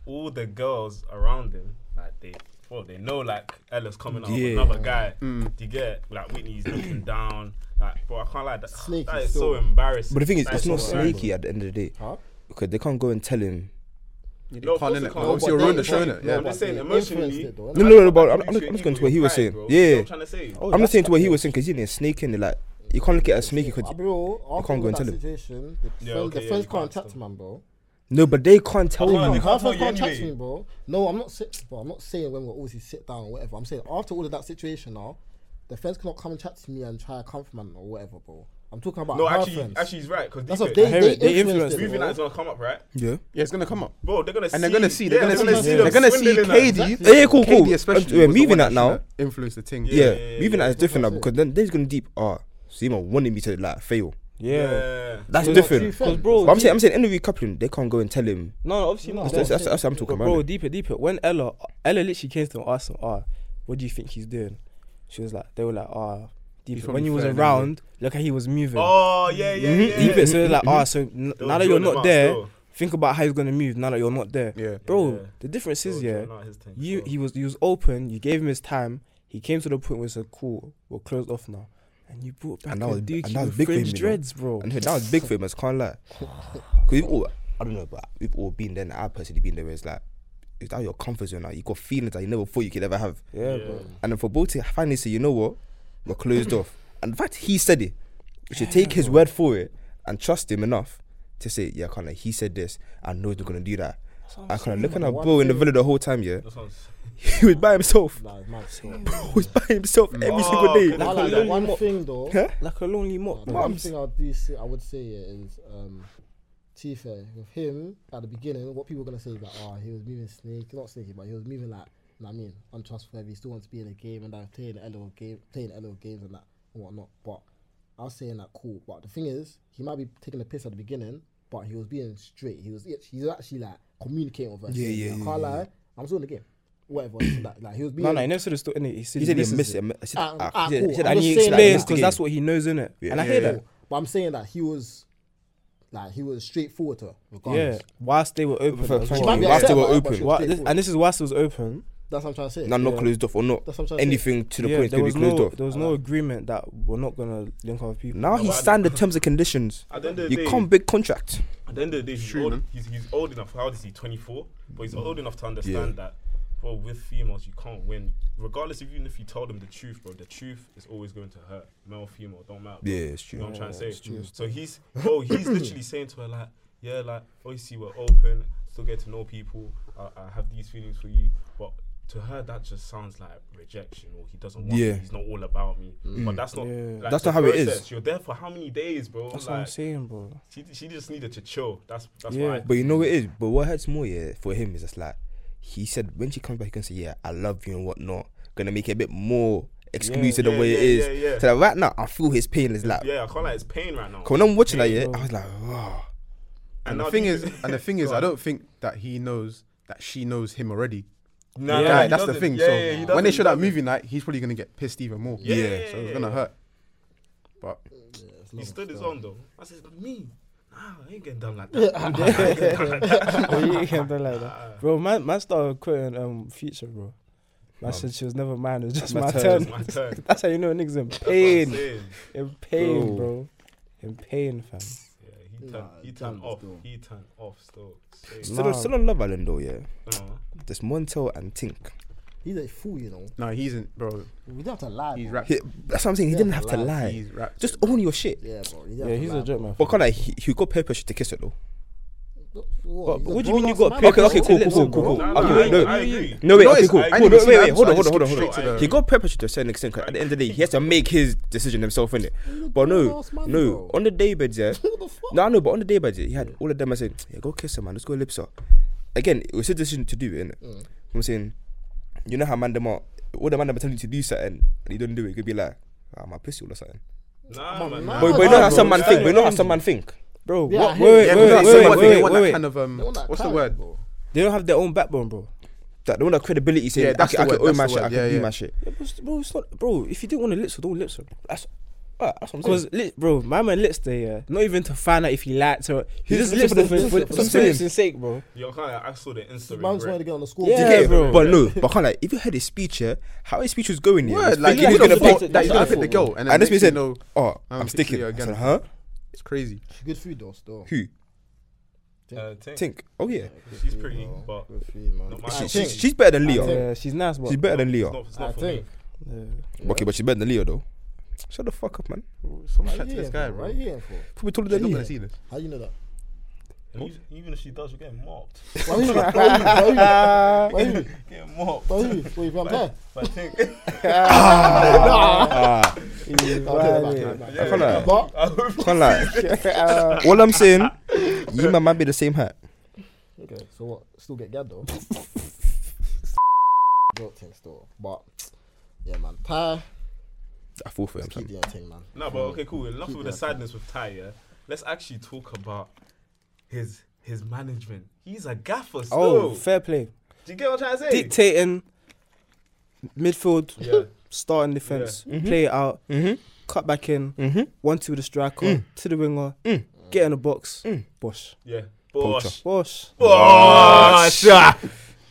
Speaker 5: all the girls around him, like they, well, they know like Ella's coming out with
Speaker 2: Yeah. Mm.
Speaker 5: another guy. Do you get like Whitney's looking down? Like, bro, I can't like that.
Speaker 1: Sneaky
Speaker 5: that is so
Speaker 1: still.
Speaker 5: embarrassing.
Speaker 2: But the thing is,
Speaker 5: That
Speaker 2: it's
Speaker 5: so
Speaker 2: not
Speaker 5: embarrassing.
Speaker 2: sneaky at the end of the day
Speaker 1: Huh?
Speaker 2: because they can't go and tell him.
Speaker 5: No, of course
Speaker 3: Can't, innit?
Speaker 5: it can't.
Speaker 3: No, obviously
Speaker 1: but
Speaker 3: you're
Speaker 1: they-
Speaker 3: ruining the show,
Speaker 1: but-
Speaker 3: innit? Yeah.
Speaker 5: I'm just saying,
Speaker 1: They
Speaker 5: emotionally.
Speaker 1: influenced it, though,
Speaker 2: No, no, no, but I'm, I'm, I'm just going to what he was saying. Yeah,
Speaker 5: I'm trying to say.
Speaker 1: Oh,
Speaker 2: I'm just saying to what he was saying because you didn't sneak in. Like you can't look at her sneaky
Speaker 1: Ah,
Speaker 2: because
Speaker 1: bro, after
Speaker 2: can't go
Speaker 1: all
Speaker 2: and
Speaker 1: that
Speaker 2: tell him.
Speaker 1: situation, the,
Speaker 5: Yeah,
Speaker 1: friend-
Speaker 5: okay,
Speaker 1: the
Speaker 5: yeah,
Speaker 1: friends
Speaker 5: you
Speaker 1: can't
Speaker 5: can't
Speaker 1: chat
Speaker 5: stop.
Speaker 1: to man, bro.
Speaker 2: no, but they can't tell
Speaker 5: Oh, they
Speaker 2: him.
Speaker 5: can't
Speaker 1: Her
Speaker 5: tell
Speaker 1: friends
Speaker 5: you
Speaker 1: can't chat to
Speaker 5: anyway.
Speaker 1: me, bro. No, I'm not. si- Bro, I'm not saying when we obviously sit down or whatever. I'm saying after all of that situation now, the friends cannot come and chat to me and try to comfort man or whatever, bro. I'm talking about
Speaker 5: No,
Speaker 1: her
Speaker 5: actually,
Speaker 1: friends.
Speaker 5: actually, he's right. Because
Speaker 1: That's what they,
Speaker 4: hear
Speaker 1: they,
Speaker 4: it. They
Speaker 1: influenced.
Speaker 4: influenced
Speaker 1: it,
Speaker 5: Moving
Speaker 1: bro.
Speaker 5: that is gonna come up, right?
Speaker 2: Yeah.
Speaker 3: Yeah, it's gonna come up.
Speaker 5: Bro, they're gonna see.
Speaker 3: And they're gonna see, they're
Speaker 5: yeah,
Speaker 3: gonna see,
Speaker 5: the
Speaker 2: They're
Speaker 3: they're gonna see
Speaker 5: swindling
Speaker 3: KD.
Speaker 5: act.
Speaker 1: Exactly.
Speaker 2: Yeah, cool, cool.
Speaker 3: KD especially.
Speaker 2: We're
Speaker 3: was the
Speaker 2: moving
Speaker 3: one
Speaker 2: that now.
Speaker 3: should Influence the thing.
Speaker 5: Yeah,
Speaker 2: Yeah,
Speaker 5: yeah,
Speaker 2: even
Speaker 5: yeah.
Speaker 2: that's different now
Speaker 1: That's it.
Speaker 2: because then they're gonna deep. Ah, so you might wanted me to like fail.
Speaker 4: Yeah.
Speaker 5: Yeah.
Speaker 2: That's
Speaker 1: They're not true
Speaker 2: different.
Speaker 1: friends.
Speaker 4: bro,
Speaker 2: But I'm saying, I'm saying, interview coupling, they can't go and tell him.
Speaker 4: No, no obviously
Speaker 1: No,
Speaker 4: not.
Speaker 2: That's,
Speaker 1: Yeah.
Speaker 2: that's, that's, that's what I'm talking
Speaker 4: But
Speaker 2: about.
Speaker 4: bro,
Speaker 2: innit?
Speaker 4: deeper, deeper. When Ella, Ella literally came to them and asked them, "Ah, what do you think he's doing?" She was like, "They were like, ah, deeper.
Speaker 3: probably
Speaker 4: When you was
Speaker 3: flirting, isn't
Speaker 4: around, look how he was moving.
Speaker 5: Oh yeah, yeah, yeah.
Speaker 4: deeper. So they're like, ah, so n-
Speaker 5: They'll
Speaker 4: now that
Speaker 5: draw
Speaker 4: you're
Speaker 5: them
Speaker 4: not
Speaker 5: out
Speaker 4: there,
Speaker 5: still.
Speaker 4: think about how he's gonna move. Now that you're not there,
Speaker 3: Yeah.
Speaker 4: bro.
Speaker 5: Yeah.
Speaker 4: The difference is,
Speaker 5: They'll draw
Speaker 4: yeah,
Speaker 5: them out his thing,
Speaker 4: you
Speaker 5: so.
Speaker 4: he was he was open. You gave him his time. He came to the point where he said, "Cool, we're closed off now." And you brought back
Speaker 2: And
Speaker 4: and
Speaker 2: that was-
Speaker 4: a dookie
Speaker 2: and that was
Speaker 4: with
Speaker 2: big for him,
Speaker 4: fringe
Speaker 2: you know.
Speaker 4: dreads, bro.
Speaker 2: And that was big for him, I can't lie. 'Cause we've all, I don't know, but we've all been there. and I've personally been there where it's like, it's out of your comfort zone now. You got feelings that you never thought you could ever have.
Speaker 4: yeah,
Speaker 5: Yeah.
Speaker 4: bro.
Speaker 2: And then for both to finally say, you know what, we're closed off. And in fact, he said it. We should take his word for it and trust him enough to say, yeah, kind of, he said this. I know he's not gonna do that. I kind of looking at
Speaker 1: One
Speaker 2: bro in the
Speaker 1: thing-
Speaker 2: villa the whole time. Yeah,
Speaker 3: Mm-hmm.
Speaker 5: That sounds-
Speaker 2: he was by himself.
Speaker 1: Nah, man, still.
Speaker 2: He was by himself every
Speaker 5: Oh,
Speaker 2: single day.
Speaker 5: okay.
Speaker 1: Nah, like, the one thing though.
Speaker 2: Huh?
Speaker 4: Like a lonely mock,
Speaker 1: The
Speaker 4: bro.
Speaker 1: one thing I do say, I would say yeah, is um, Tifa with him at the beginning. What people were gonna say is that oh, he was moving snake, not snaky, but he was moving like, you know what I mean, untrustworthy. He still wants to be in the game and like, playing LO game, playing LO games and that and whatnot. But I was saying that cool. But the thing is, he might be taking the piss at the beginning, but he was being straight. He was act- he's actually like communicating with us.
Speaker 2: Yeah, yeah,
Speaker 1: I
Speaker 2: yeah,
Speaker 1: can't lie, I'm still in the game. Whatever. like, like he was being.
Speaker 4: No, no, he never said the story. innit? He said
Speaker 2: He said he
Speaker 4: misses
Speaker 2: missed
Speaker 4: it.
Speaker 2: it. I said,
Speaker 1: Ah,
Speaker 2: ah,
Speaker 1: ah,
Speaker 2: he said- he
Speaker 1: cool.
Speaker 2: said
Speaker 1: I'm
Speaker 2: that
Speaker 1: just
Speaker 2: he
Speaker 1: saying
Speaker 2: explained
Speaker 1: that.
Speaker 4: explains
Speaker 2: missed the
Speaker 4: because that's
Speaker 2: game.
Speaker 4: what he knows in it, and I hear that.
Speaker 1: But I'm saying that he was, like, he was straightforward to her.
Speaker 4: Yeah,
Speaker 1: Regardless.
Speaker 4: whilst they were open,
Speaker 2: For-
Speaker 4: as
Speaker 2: for-
Speaker 4: well.
Speaker 1: She might be
Speaker 2: Whilst
Speaker 1: upset
Speaker 2: they were
Speaker 1: about it, but
Speaker 2: open.
Speaker 1: she was
Speaker 4: Wha- this,
Speaker 1: straightforward.
Speaker 4: and this is whilst it was open.
Speaker 1: That's what I'm trying to say.
Speaker 2: Not not
Speaker 4: Yeah.
Speaker 2: closed off or not
Speaker 1: That's what I'm trying to
Speaker 2: anything to the
Speaker 4: yeah,
Speaker 2: point
Speaker 4: there
Speaker 2: to be
Speaker 4: was
Speaker 2: closed
Speaker 4: no,
Speaker 2: off.
Speaker 4: there was no agreement that we're not gonna link up with people.
Speaker 2: Now
Speaker 5: No,
Speaker 2: he
Speaker 5: but I-
Speaker 2: signed the terms and conditions.
Speaker 5: At the end of the
Speaker 2: You
Speaker 5: day,
Speaker 2: can't big contract.
Speaker 5: at the end of the day, he's
Speaker 3: True,
Speaker 5: old,
Speaker 3: man.
Speaker 5: he's, he's old enough. How old is he? Twenty four. But
Speaker 2: Mm.
Speaker 5: he's old enough to understand that, bro. With females, you can't win. Regardless, even if you tell them the truth, bro, the truth is always going to hurt. Male, female, don't matter. bro.
Speaker 2: Yeah, it's
Speaker 5: You know
Speaker 2: true.
Speaker 5: what I'm trying to
Speaker 4: Yeah, it's
Speaker 5: say?
Speaker 4: true.
Speaker 5: So he's, bro, he's literally saying to her, like, yeah, like, obviously we're open, still get to know people, I, I have these feelings for you. But to her, that just sounds like rejection or he doesn't want
Speaker 2: Yeah. Mm.
Speaker 5: me, he's not all about me. But that's not,
Speaker 4: Yeah.
Speaker 5: like,
Speaker 2: That's
Speaker 5: the
Speaker 2: not how it is.
Speaker 5: process. You're there for how many days, bro?
Speaker 4: That's what I'm
Speaker 5: like,
Speaker 4: saying, bro.
Speaker 5: she, she just needed to chill. That's that's
Speaker 4: Yeah.
Speaker 5: why.
Speaker 2: But you know what it is. But what hurts more, yeah, for him is just like he said when she comes back, he can say, yeah, I love you and whatnot. Gonna make it a bit more exclusive
Speaker 5: Yeah,
Speaker 2: the way
Speaker 5: yeah,
Speaker 2: it is.
Speaker 5: yeah, yeah.
Speaker 2: So like, right now, I feel his pain is like.
Speaker 5: yeah, I can't like it's pain right now.
Speaker 2: Cause when I'm watching that, yeah,
Speaker 4: bro.
Speaker 2: I was like, wow.
Speaker 3: And
Speaker 5: now
Speaker 3: the thing is,
Speaker 5: these-
Speaker 3: and the thing is,
Speaker 5: Go
Speaker 3: I
Speaker 5: on.
Speaker 3: don't think that he knows that she knows him already.
Speaker 5: Nah,
Speaker 4: Yeah,
Speaker 5: nah,
Speaker 3: Guy,
Speaker 5: he
Speaker 3: that's the
Speaker 5: doesn't.
Speaker 3: thing.
Speaker 5: Yeah,
Speaker 3: so
Speaker 5: yeah, he
Speaker 3: when
Speaker 5: doesn't,
Speaker 3: they
Speaker 5: he
Speaker 3: show that
Speaker 5: doesn't.
Speaker 3: movie night, he's probably gonna get pissed even more.
Speaker 5: Yeah.
Speaker 3: so it's gonna hurt. But
Speaker 5: he stood his own though. I said, me. Nah, I ain't getting done like that. I ain't getting done like that.
Speaker 4: You can't do like that. Bro, man, man started quoting um future, bro. Man said she was never mine. It was just my,
Speaker 2: Um, My
Speaker 4: turn.
Speaker 5: It's my turn.
Speaker 4: That's how you know niggas in
Speaker 5: That's what I'm
Speaker 4: pain,
Speaker 5: saying.
Speaker 4: in
Speaker 2: Bro.
Speaker 4: pain, bro. in pain, fam.
Speaker 5: Yeah, he turned,
Speaker 1: Nah,
Speaker 5: he
Speaker 1: Dan
Speaker 5: turned
Speaker 1: was
Speaker 5: off.
Speaker 1: still-
Speaker 5: He turned off still. Straight.
Speaker 2: Still,
Speaker 4: Nah.
Speaker 2: still on Love Island though, yeah.
Speaker 5: Uh,
Speaker 2: There's Montel and Tink.
Speaker 1: He's a fool, you know.
Speaker 3: No, he's in, bro.
Speaker 1: We don't have to lie.
Speaker 3: He's
Speaker 1: bro.
Speaker 3: rapped.
Speaker 2: He, that's what I'm saying. He
Speaker 1: Yeah,
Speaker 2: didn't have to
Speaker 1: lie.
Speaker 2: lie.
Speaker 3: He's rapped.
Speaker 2: Just own your shit.
Speaker 1: Yeah, bro. You don't have
Speaker 4: Yeah,
Speaker 1: to
Speaker 4: he's
Speaker 1: lie,
Speaker 4: a joke, man.
Speaker 2: But can't like he, he got pay pressure to kiss it though.
Speaker 1: bro.
Speaker 2: What-
Speaker 1: He's a
Speaker 2: what do you mean you got
Speaker 1: grown-ass man,
Speaker 2: paid? Okay,
Speaker 1: bro.
Speaker 2: cool, cool,
Speaker 1: Listen,
Speaker 2: cool,
Speaker 1: bro.
Speaker 2: cool, cool.
Speaker 5: no, no,
Speaker 2: Okay,
Speaker 5: I,
Speaker 2: wait, no.
Speaker 5: I agree.
Speaker 2: No wait,
Speaker 3: know
Speaker 2: okay,
Speaker 3: it's-
Speaker 2: cool.
Speaker 3: I
Speaker 2: cool.
Speaker 3: didn't
Speaker 2: No,
Speaker 3: see
Speaker 2: wait,
Speaker 3: that,
Speaker 2: wait,
Speaker 3: so
Speaker 2: hold
Speaker 3: I
Speaker 2: on, hold
Speaker 3: just
Speaker 2: on, hold on,
Speaker 3: skipped
Speaker 2: hold
Speaker 3: straight to
Speaker 2: on.
Speaker 3: the-
Speaker 2: He got peer pressure to a certain extent. 'cause At the end of the day, he has to make his decision himself in it. But no,
Speaker 1: grown-ass man,
Speaker 2: no,
Speaker 1: bro.
Speaker 2: on the day beds, yeah.
Speaker 1: What the fuck?
Speaker 2: No, I know, but on the day beds, yeah, he had all of them. I said, yeah, go kiss her, man. Let's go lips her. Again, it was his decision to do it.
Speaker 3: Mm.
Speaker 2: Innit? I'm saying, you know how man them are. All the man them are telling you to do something and you don't do it. You could be like, I'm a pussy or something.
Speaker 5: Nah, man.
Speaker 1: nah,
Speaker 5: nah.
Speaker 2: But, but you know
Speaker 1: nah,
Speaker 2: how
Speaker 1: bro,
Speaker 2: some man
Speaker 5: yeah,
Speaker 2: think. But you know how
Speaker 5: yeah.
Speaker 2: some man think.
Speaker 4: Bro,
Speaker 1: Yeah, I
Speaker 4: what,
Speaker 1: hear
Speaker 4: wait,
Speaker 1: you.
Speaker 3: Yeah,
Speaker 4: wait,
Speaker 3: because that's
Speaker 4: wait,
Speaker 3: so what
Speaker 4: wait,
Speaker 3: they want
Speaker 4: wait,
Speaker 3: that
Speaker 4: wait.
Speaker 3: kind of um.
Speaker 1: They want that
Speaker 3: What's the
Speaker 1: clout,
Speaker 3: word?
Speaker 1: bro.
Speaker 4: They don't have their own backbone, bro.
Speaker 2: That they want that credibility saying,
Speaker 3: Yeah,
Speaker 2: I,
Speaker 3: that's
Speaker 2: can,
Speaker 3: the
Speaker 2: I can
Speaker 3: word,
Speaker 2: own my
Speaker 3: that's
Speaker 2: shit,
Speaker 3: the
Speaker 2: I
Speaker 3: word,
Speaker 2: can
Speaker 3: yeah,
Speaker 2: do
Speaker 3: yeah.
Speaker 2: my shit.
Speaker 4: Yeah, but, bro, it's not, bro. If you didn't want to lips, don't lips her.
Speaker 2: That's, alright, that's what I'm
Speaker 4: Because,
Speaker 2: saying.
Speaker 4: li- bro, my man lips there, yeah. Not even to find out if he liked her. He
Speaker 2: He's
Speaker 4: just
Speaker 2: lips
Speaker 4: lips
Speaker 2: for
Speaker 4: there
Speaker 2: the-
Speaker 4: for, for,
Speaker 2: lips for
Speaker 4: for, for
Speaker 2: the fame.
Speaker 4: lips and sake, bro.
Speaker 5: Yo, I can't. I saw the
Speaker 1: The
Speaker 5: Insta
Speaker 1: man's
Speaker 5: regret.
Speaker 1: wanted to get on the score.
Speaker 4: Yeah,
Speaker 2: Do you get it?
Speaker 4: bro.
Speaker 2: But no, but I can't like if you heard his speech here, how his speech was going here, was
Speaker 3: Word, like
Speaker 2: thinking
Speaker 3: you
Speaker 2: he's
Speaker 4: like,
Speaker 3: gonna
Speaker 2: gonna fuck,
Speaker 4: it's not
Speaker 3: pick,
Speaker 4: fuck-
Speaker 3: that you're gonna pick the girl, and then
Speaker 2: and this
Speaker 3: next
Speaker 2: man
Speaker 3: thing you
Speaker 2: said,
Speaker 3: know,
Speaker 2: "Oh,
Speaker 3: I'm
Speaker 2: I'm
Speaker 3: picking
Speaker 2: sticking."
Speaker 3: you
Speaker 2: I
Speaker 3: again.
Speaker 2: said, "Huh?
Speaker 3: it's crazy.
Speaker 1: She good food though, still.
Speaker 2: Who?
Speaker 5: Uh, Tink.
Speaker 2: Tink? Oh yeah,
Speaker 5: She's pretty, but
Speaker 1: Good food, man.
Speaker 5: Not my
Speaker 1: I
Speaker 2: she,
Speaker 5: fault.
Speaker 2: she,
Speaker 1: think-
Speaker 2: she's better than Leo.
Speaker 4: Yeah, she's nice, but
Speaker 2: She's better than
Speaker 5: it's
Speaker 2: Leo.
Speaker 5: not, it's
Speaker 1: I
Speaker 5: not for me.
Speaker 1: think.
Speaker 4: Yeah.
Speaker 2: Okay, but she's better than Leo though. Shut the fuck up, man.
Speaker 3: So much
Speaker 1: Right
Speaker 3: chat to
Speaker 1: here,
Speaker 3: this guy,
Speaker 1: bro.
Speaker 3: bro.
Speaker 1: Right here, for.
Speaker 2: Probably taller
Speaker 3: He's
Speaker 2: than
Speaker 3: not gonna
Speaker 2: Leo.
Speaker 3: see this.
Speaker 1: How you know that?
Speaker 5: And even- Even if she does, you're getting mopped.
Speaker 1: Why you? Why you? Why you?
Speaker 5: Getting mopped.
Speaker 1: Why you? Why you? Why you? Why you?
Speaker 5: But Tink.
Speaker 2: Ah,
Speaker 1: But
Speaker 2: I can't lie.
Speaker 5: I hope
Speaker 2: Can't lie. All I'm saying, you man might be the same height.
Speaker 1: okay, so what? Still get gad though. Joke thing still, but yeah, man. Ty,
Speaker 2: I fall for him.
Speaker 1: keep
Speaker 2: Son.
Speaker 1: doing your thing, man.
Speaker 5: No, but okay, cool. Enough
Speaker 1: Keep
Speaker 5: with the
Speaker 1: that.
Speaker 5: sadness with Ty. Yeah, let's actually talk about his his management. He's a gaffer still.
Speaker 4: Oh, fair play.
Speaker 5: Do you get what I'm trying to say?
Speaker 4: Dictating midfield,
Speaker 5: Yeah.
Speaker 4: starting defense, play it out, cut back in, one two with the striker, to the winger, get in the box, bosh,
Speaker 5: Yeah.
Speaker 2: Poacher.
Speaker 5: Bosh.
Speaker 4: bosh.
Speaker 5: Bosh.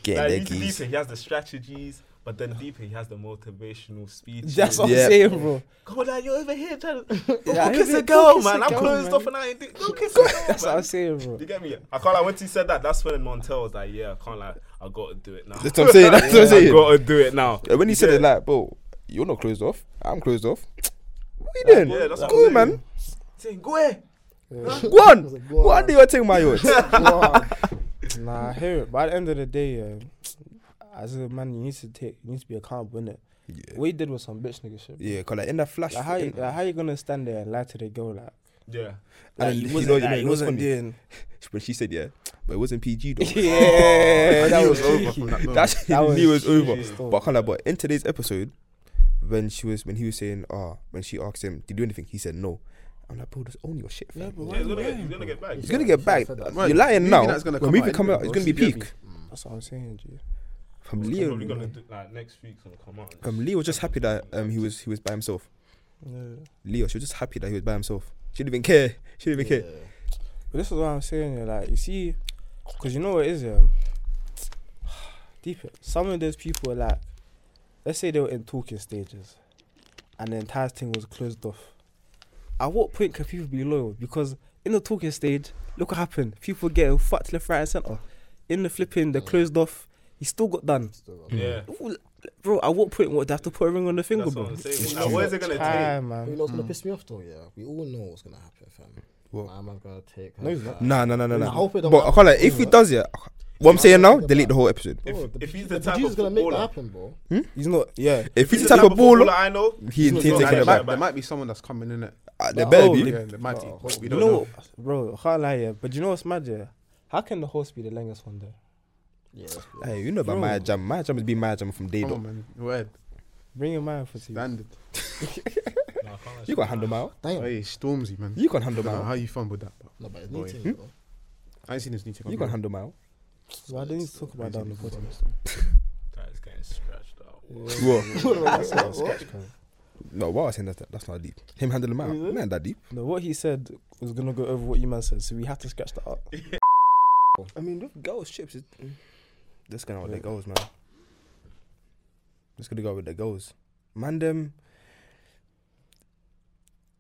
Speaker 2: Get
Speaker 5: Like,
Speaker 2: their
Speaker 5: he's
Speaker 2: keys.
Speaker 5: deeper. He has the strategies, but then deeper, he has the motivational speech.
Speaker 4: That's what
Speaker 2: Yeah.
Speaker 4: I'm saying, bro.
Speaker 5: Come on, like, you're over here trying to
Speaker 4: Yeah,
Speaker 5: go kiss
Speaker 4: go
Speaker 5: a girl,
Speaker 4: kiss
Speaker 5: man.
Speaker 4: a
Speaker 5: I'm
Speaker 4: girl,
Speaker 5: closing
Speaker 4: man.
Speaker 5: stuff and I ain't doing. Go kiss a girl.
Speaker 4: That's what
Speaker 5: man.
Speaker 4: I'm saying, bro.
Speaker 5: You get me? I can't like when he said that. That's when Montel was like, "Yeah, I can't like, I gotta do it now.
Speaker 2: That's what I'm saying. That's what I'm
Speaker 5: I
Speaker 2: saying.
Speaker 5: gotta do it now."
Speaker 2: Yeah, when he said
Speaker 5: Yeah.
Speaker 2: it, like, bro, you're not closed off. I'm closed off. What you doing?
Speaker 5: yeah, that's what
Speaker 2: Go,
Speaker 5: I'm saying.
Speaker 2: man.
Speaker 5: saying, "Go away."
Speaker 2: Go on.
Speaker 1: Go on.
Speaker 2: Go on. do your thing, my yacht.
Speaker 4: Nah, I hear it. But at the end of the day, yeah, as a man, you need to take, you need to be accountable, innit?
Speaker 2: Yeah.
Speaker 4: What he did was some bitch nigga shit.
Speaker 2: Yeah, cause like in that flash,
Speaker 4: Like how, you,
Speaker 2: in-
Speaker 4: like, how you gonna stand there and lie to the girl like?
Speaker 5: Yeah.
Speaker 2: and
Speaker 4: like,
Speaker 2: then
Speaker 4: he
Speaker 2: you
Speaker 4: wasn't,
Speaker 2: know, you
Speaker 4: like,
Speaker 2: know,
Speaker 4: he
Speaker 2: you know what's
Speaker 4: wasn't
Speaker 2: funny?
Speaker 4: doing.
Speaker 2: When she said yeah, but it wasn't PG though.
Speaker 4: Yeah,
Speaker 3: I
Speaker 4: that
Speaker 3: knew it
Speaker 4: was
Speaker 3: was
Speaker 4: cheeky.
Speaker 3: over from that moment.
Speaker 2: That shit
Speaker 4: That
Speaker 2: knew
Speaker 4: was
Speaker 2: it was over.
Speaker 4: shit.
Speaker 2: But I can't lie, but in today's episode, when she was when he was saying, ah, when she asked him, did you do anything? He said no. I'm like, bro, that's only your shit. Fam.
Speaker 5: Yeah, he's gonna get, he's gonna get back.
Speaker 2: He's gonna get back.
Speaker 1: said that.
Speaker 2: You're lying
Speaker 3: Maybe
Speaker 2: now.
Speaker 3: that's gonna
Speaker 2: when
Speaker 3: come
Speaker 2: we
Speaker 3: out
Speaker 2: can come
Speaker 3: anyway,
Speaker 2: out, it's
Speaker 3: bro.
Speaker 2: gonna be
Speaker 3: She's gonna
Speaker 2: peak.
Speaker 4: That's what I'm saying, G.
Speaker 2: From
Speaker 5: He's
Speaker 2: Leo,
Speaker 5: probably gonna do like next week's gonna come out.
Speaker 2: um, Leo was just happy that um he was he was by himself.
Speaker 4: Yeah.
Speaker 2: Leo, she was just happy that he was by himself. She didn't even care. She didn't even care.
Speaker 4: But this is what I'm saying, yeah. Like, you see, because you know what it is, yeah. Deep it. Some of those people, like, let's say they were in talking stages and the entire thing was closed off. At what point can people be loyal? Because in the talking stage, look what happened. People getting fucked left, right, and centre. In the flipping, they're closed off. He still got done.
Speaker 5: Yeah.
Speaker 4: Ooh, Bro, at what point would they have to put a ring on the finger,
Speaker 5: That's
Speaker 4: bro?
Speaker 5: what I'm saying. Like, what is it gonna
Speaker 4: Ah,
Speaker 5: take?
Speaker 1: You
Speaker 4: man.
Speaker 1: know what's gonna piss me off though, yeah. We all know what's gonna happen, fam.
Speaker 2: What?
Speaker 1: My man's gonna take.
Speaker 4: No, he's not.
Speaker 2: Nah, nah, nah, nah,
Speaker 1: I
Speaker 2: nah.
Speaker 1: hope it don't
Speaker 2: But I
Speaker 1: happen.
Speaker 2: can't lie, if he does it, I can't- what I'm saying now, delete the whole episode.
Speaker 5: If-
Speaker 1: Bro, Oh, the,
Speaker 5: if he's
Speaker 1: the
Speaker 5: the type
Speaker 1: producer's
Speaker 5: of
Speaker 1: gonna make that
Speaker 5: footballer-
Speaker 1: happen, bro.
Speaker 2: Hmm?
Speaker 4: He's not, yeah.
Speaker 2: If he's the type of baller,
Speaker 5: I know,
Speaker 2: he and
Speaker 5: he's
Speaker 2: Tink
Speaker 5: not
Speaker 2: taking
Speaker 5: gonna
Speaker 2: it
Speaker 3: There
Speaker 5: get
Speaker 2: back.
Speaker 3: might, there might be someone that's coming in it.
Speaker 2: Uh, They
Speaker 4: Oh,
Speaker 2: better
Speaker 4: Oh,
Speaker 2: be.
Speaker 4: yeah.
Speaker 3: Yeah, they might be.
Speaker 1: Oh,
Speaker 3: We
Speaker 4: You
Speaker 3: don't
Speaker 4: know,
Speaker 3: know.
Speaker 4: what- bro, I can't lie, yeah. But you know what's mad, yeah? How can the host be the longest one there?
Speaker 1: Yeah.
Speaker 2: Hey, you know about
Speaker 4: Bro.
Speaker 2: Maya Jam. Maya Jam has been Maya Jam from day
Speaker 3: Come on,
Speaker 2: dot.
Speaker 3: man. Word.
Speaker 4: Bring your mind for tea.
Speaker 3: Standard.
Speaker 2: You can't handle Maya.
Speaker 1: Damn.
Speaker 3: Hey, Stormzy, man.
Speaker 2: You can't handle
Speaker 3: Don't know
Speaker 2: Maya.
Speaker 3: how you fumbled that? But
Speaker 1: No, but it's
Speaker 3: Boy.
Speaker 1: neat, you know.
Speaker 3: I ain't seen this new thing.
Speaker 2: You can't handle Maya.
Speaker 4: So I didn't need to talk about that on the podcast.
Speaker 5: That's getting scratched out.
Speaker 2: What?
Speaker 4: That's sketch, cuz.
Speaker 2: No, what I was saying that's that's not deep. Him handling Maya, man, that deep.
Speaker 4: No, what he said was gonna go over what you man said, so we have to scratch that
Speaker 3: Mm.
Speaker 4: up.
Speaker 2: I mean, with girls chips, it, mm. that's gonna with the
Speaker 4: Yeah.
Speaker 2: girls, man. That's gonna go with the girls, man. Them,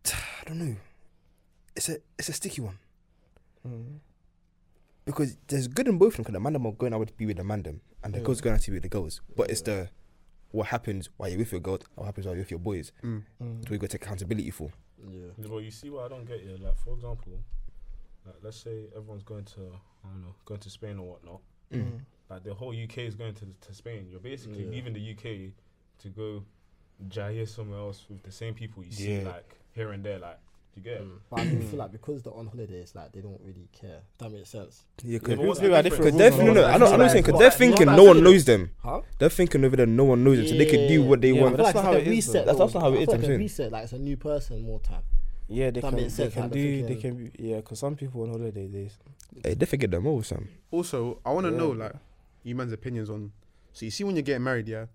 Speaker 2: I don't know. it's a it's a sticky one
Speaker 4: Mm.
Speaker 2: because there's good in both of them. Because the man them are going out to be with the man them, and the girls going out to be with the girls. But it's the what happens while you're with your girls, and what happens while you're with your boys.
Speaker 3: Mm.
Speaker 2: That's what you got to take accountability for.
Speaker 1: Yeah.
Speaker 5: Well, you see what I don't get here. Like, for example, like let's say everyone's going to, I don't know, going to Spain or whatnot.
Speaker 2: Mm.
Speaker 4: Mm.
Speaker 5: Like the whole UK is going to to Spain. You're basically
Speaker 1: Yeah.
Speaker 5: leaving the UK to go jaya somewhere else with the same people you see
Speaker 2: Yeah.
Speaker 5: like here and there. Like, you get. it?
Speaker 1: Mm. But I do feel like because they're on holiday, it's like they don't really care. That makes sense.
Speaker 2: Yeah,
Speaker 5: Yeah, but what's
Speaker 2: because
Speaker 5: the
Speaker 4: people are
Speaker 5: difference?
Speaker 4: different.
Speaker 2: they're
Speaker 4: rules
Speaker 2: no,
Speaker 4: on
Speaker 2: no,
Speaker 4: what
Speaker 2: I know, I know,
Speaker 4: happens.
Speaker 2: saying because
Speaker 1: But
Speaker 2: they're
Speaker 1: it's not
Speaker 2: thinking
Speaker 1: that
Speaker 2: no one
Speaker 1: silly.
Speaker 2: knows them.
Speaker 1: Huh?
Speaker 2: They're thinking over there, no one knows them, so they could do what they
Speaker 4: Yeah,
Speaker 2: want.
Speaker 4: but
Speaker 1: I
Speaker 4: that's
Speaker 1: feel
Speaker 4: not how
Speaker 1: like
Speaker 4: it
Speaker 1: it's a
Speaker 4: is,
Speaker 1: reset.
Speaker 4: though.
Speaker 2: That's- that's not how
Speaker 1: though.
Speaker 2: it
Speaker 1: I
Speaker 2: is,
Speaker 1: feel
Speaker 2: I'm
Speaker 1: like a
Speaker 2: saying.
Speaker 1: reset. Like it's a new person, more time.
Speaker 4: Yeah, they
Speaker 1: That
Speaker 4: can,
Speaker 1: makes
Speaker 4: they
Speaker 1: sense,
Speaker 4: can
Speaker 1: like,
Speaker 4: do,
Speaker 1: the
Speaker 4: they
Speaker 1: freaking-
Speaker 4: can, be, yeah, because some people on holiday, they,
Speaker 2: Hey, they forget them all, Sam.
Speaker 3: Also, I want to
Speaker 4: Yeah.
Speaker 3: know like you man's opinions on. So you see when you're getting married, yeah,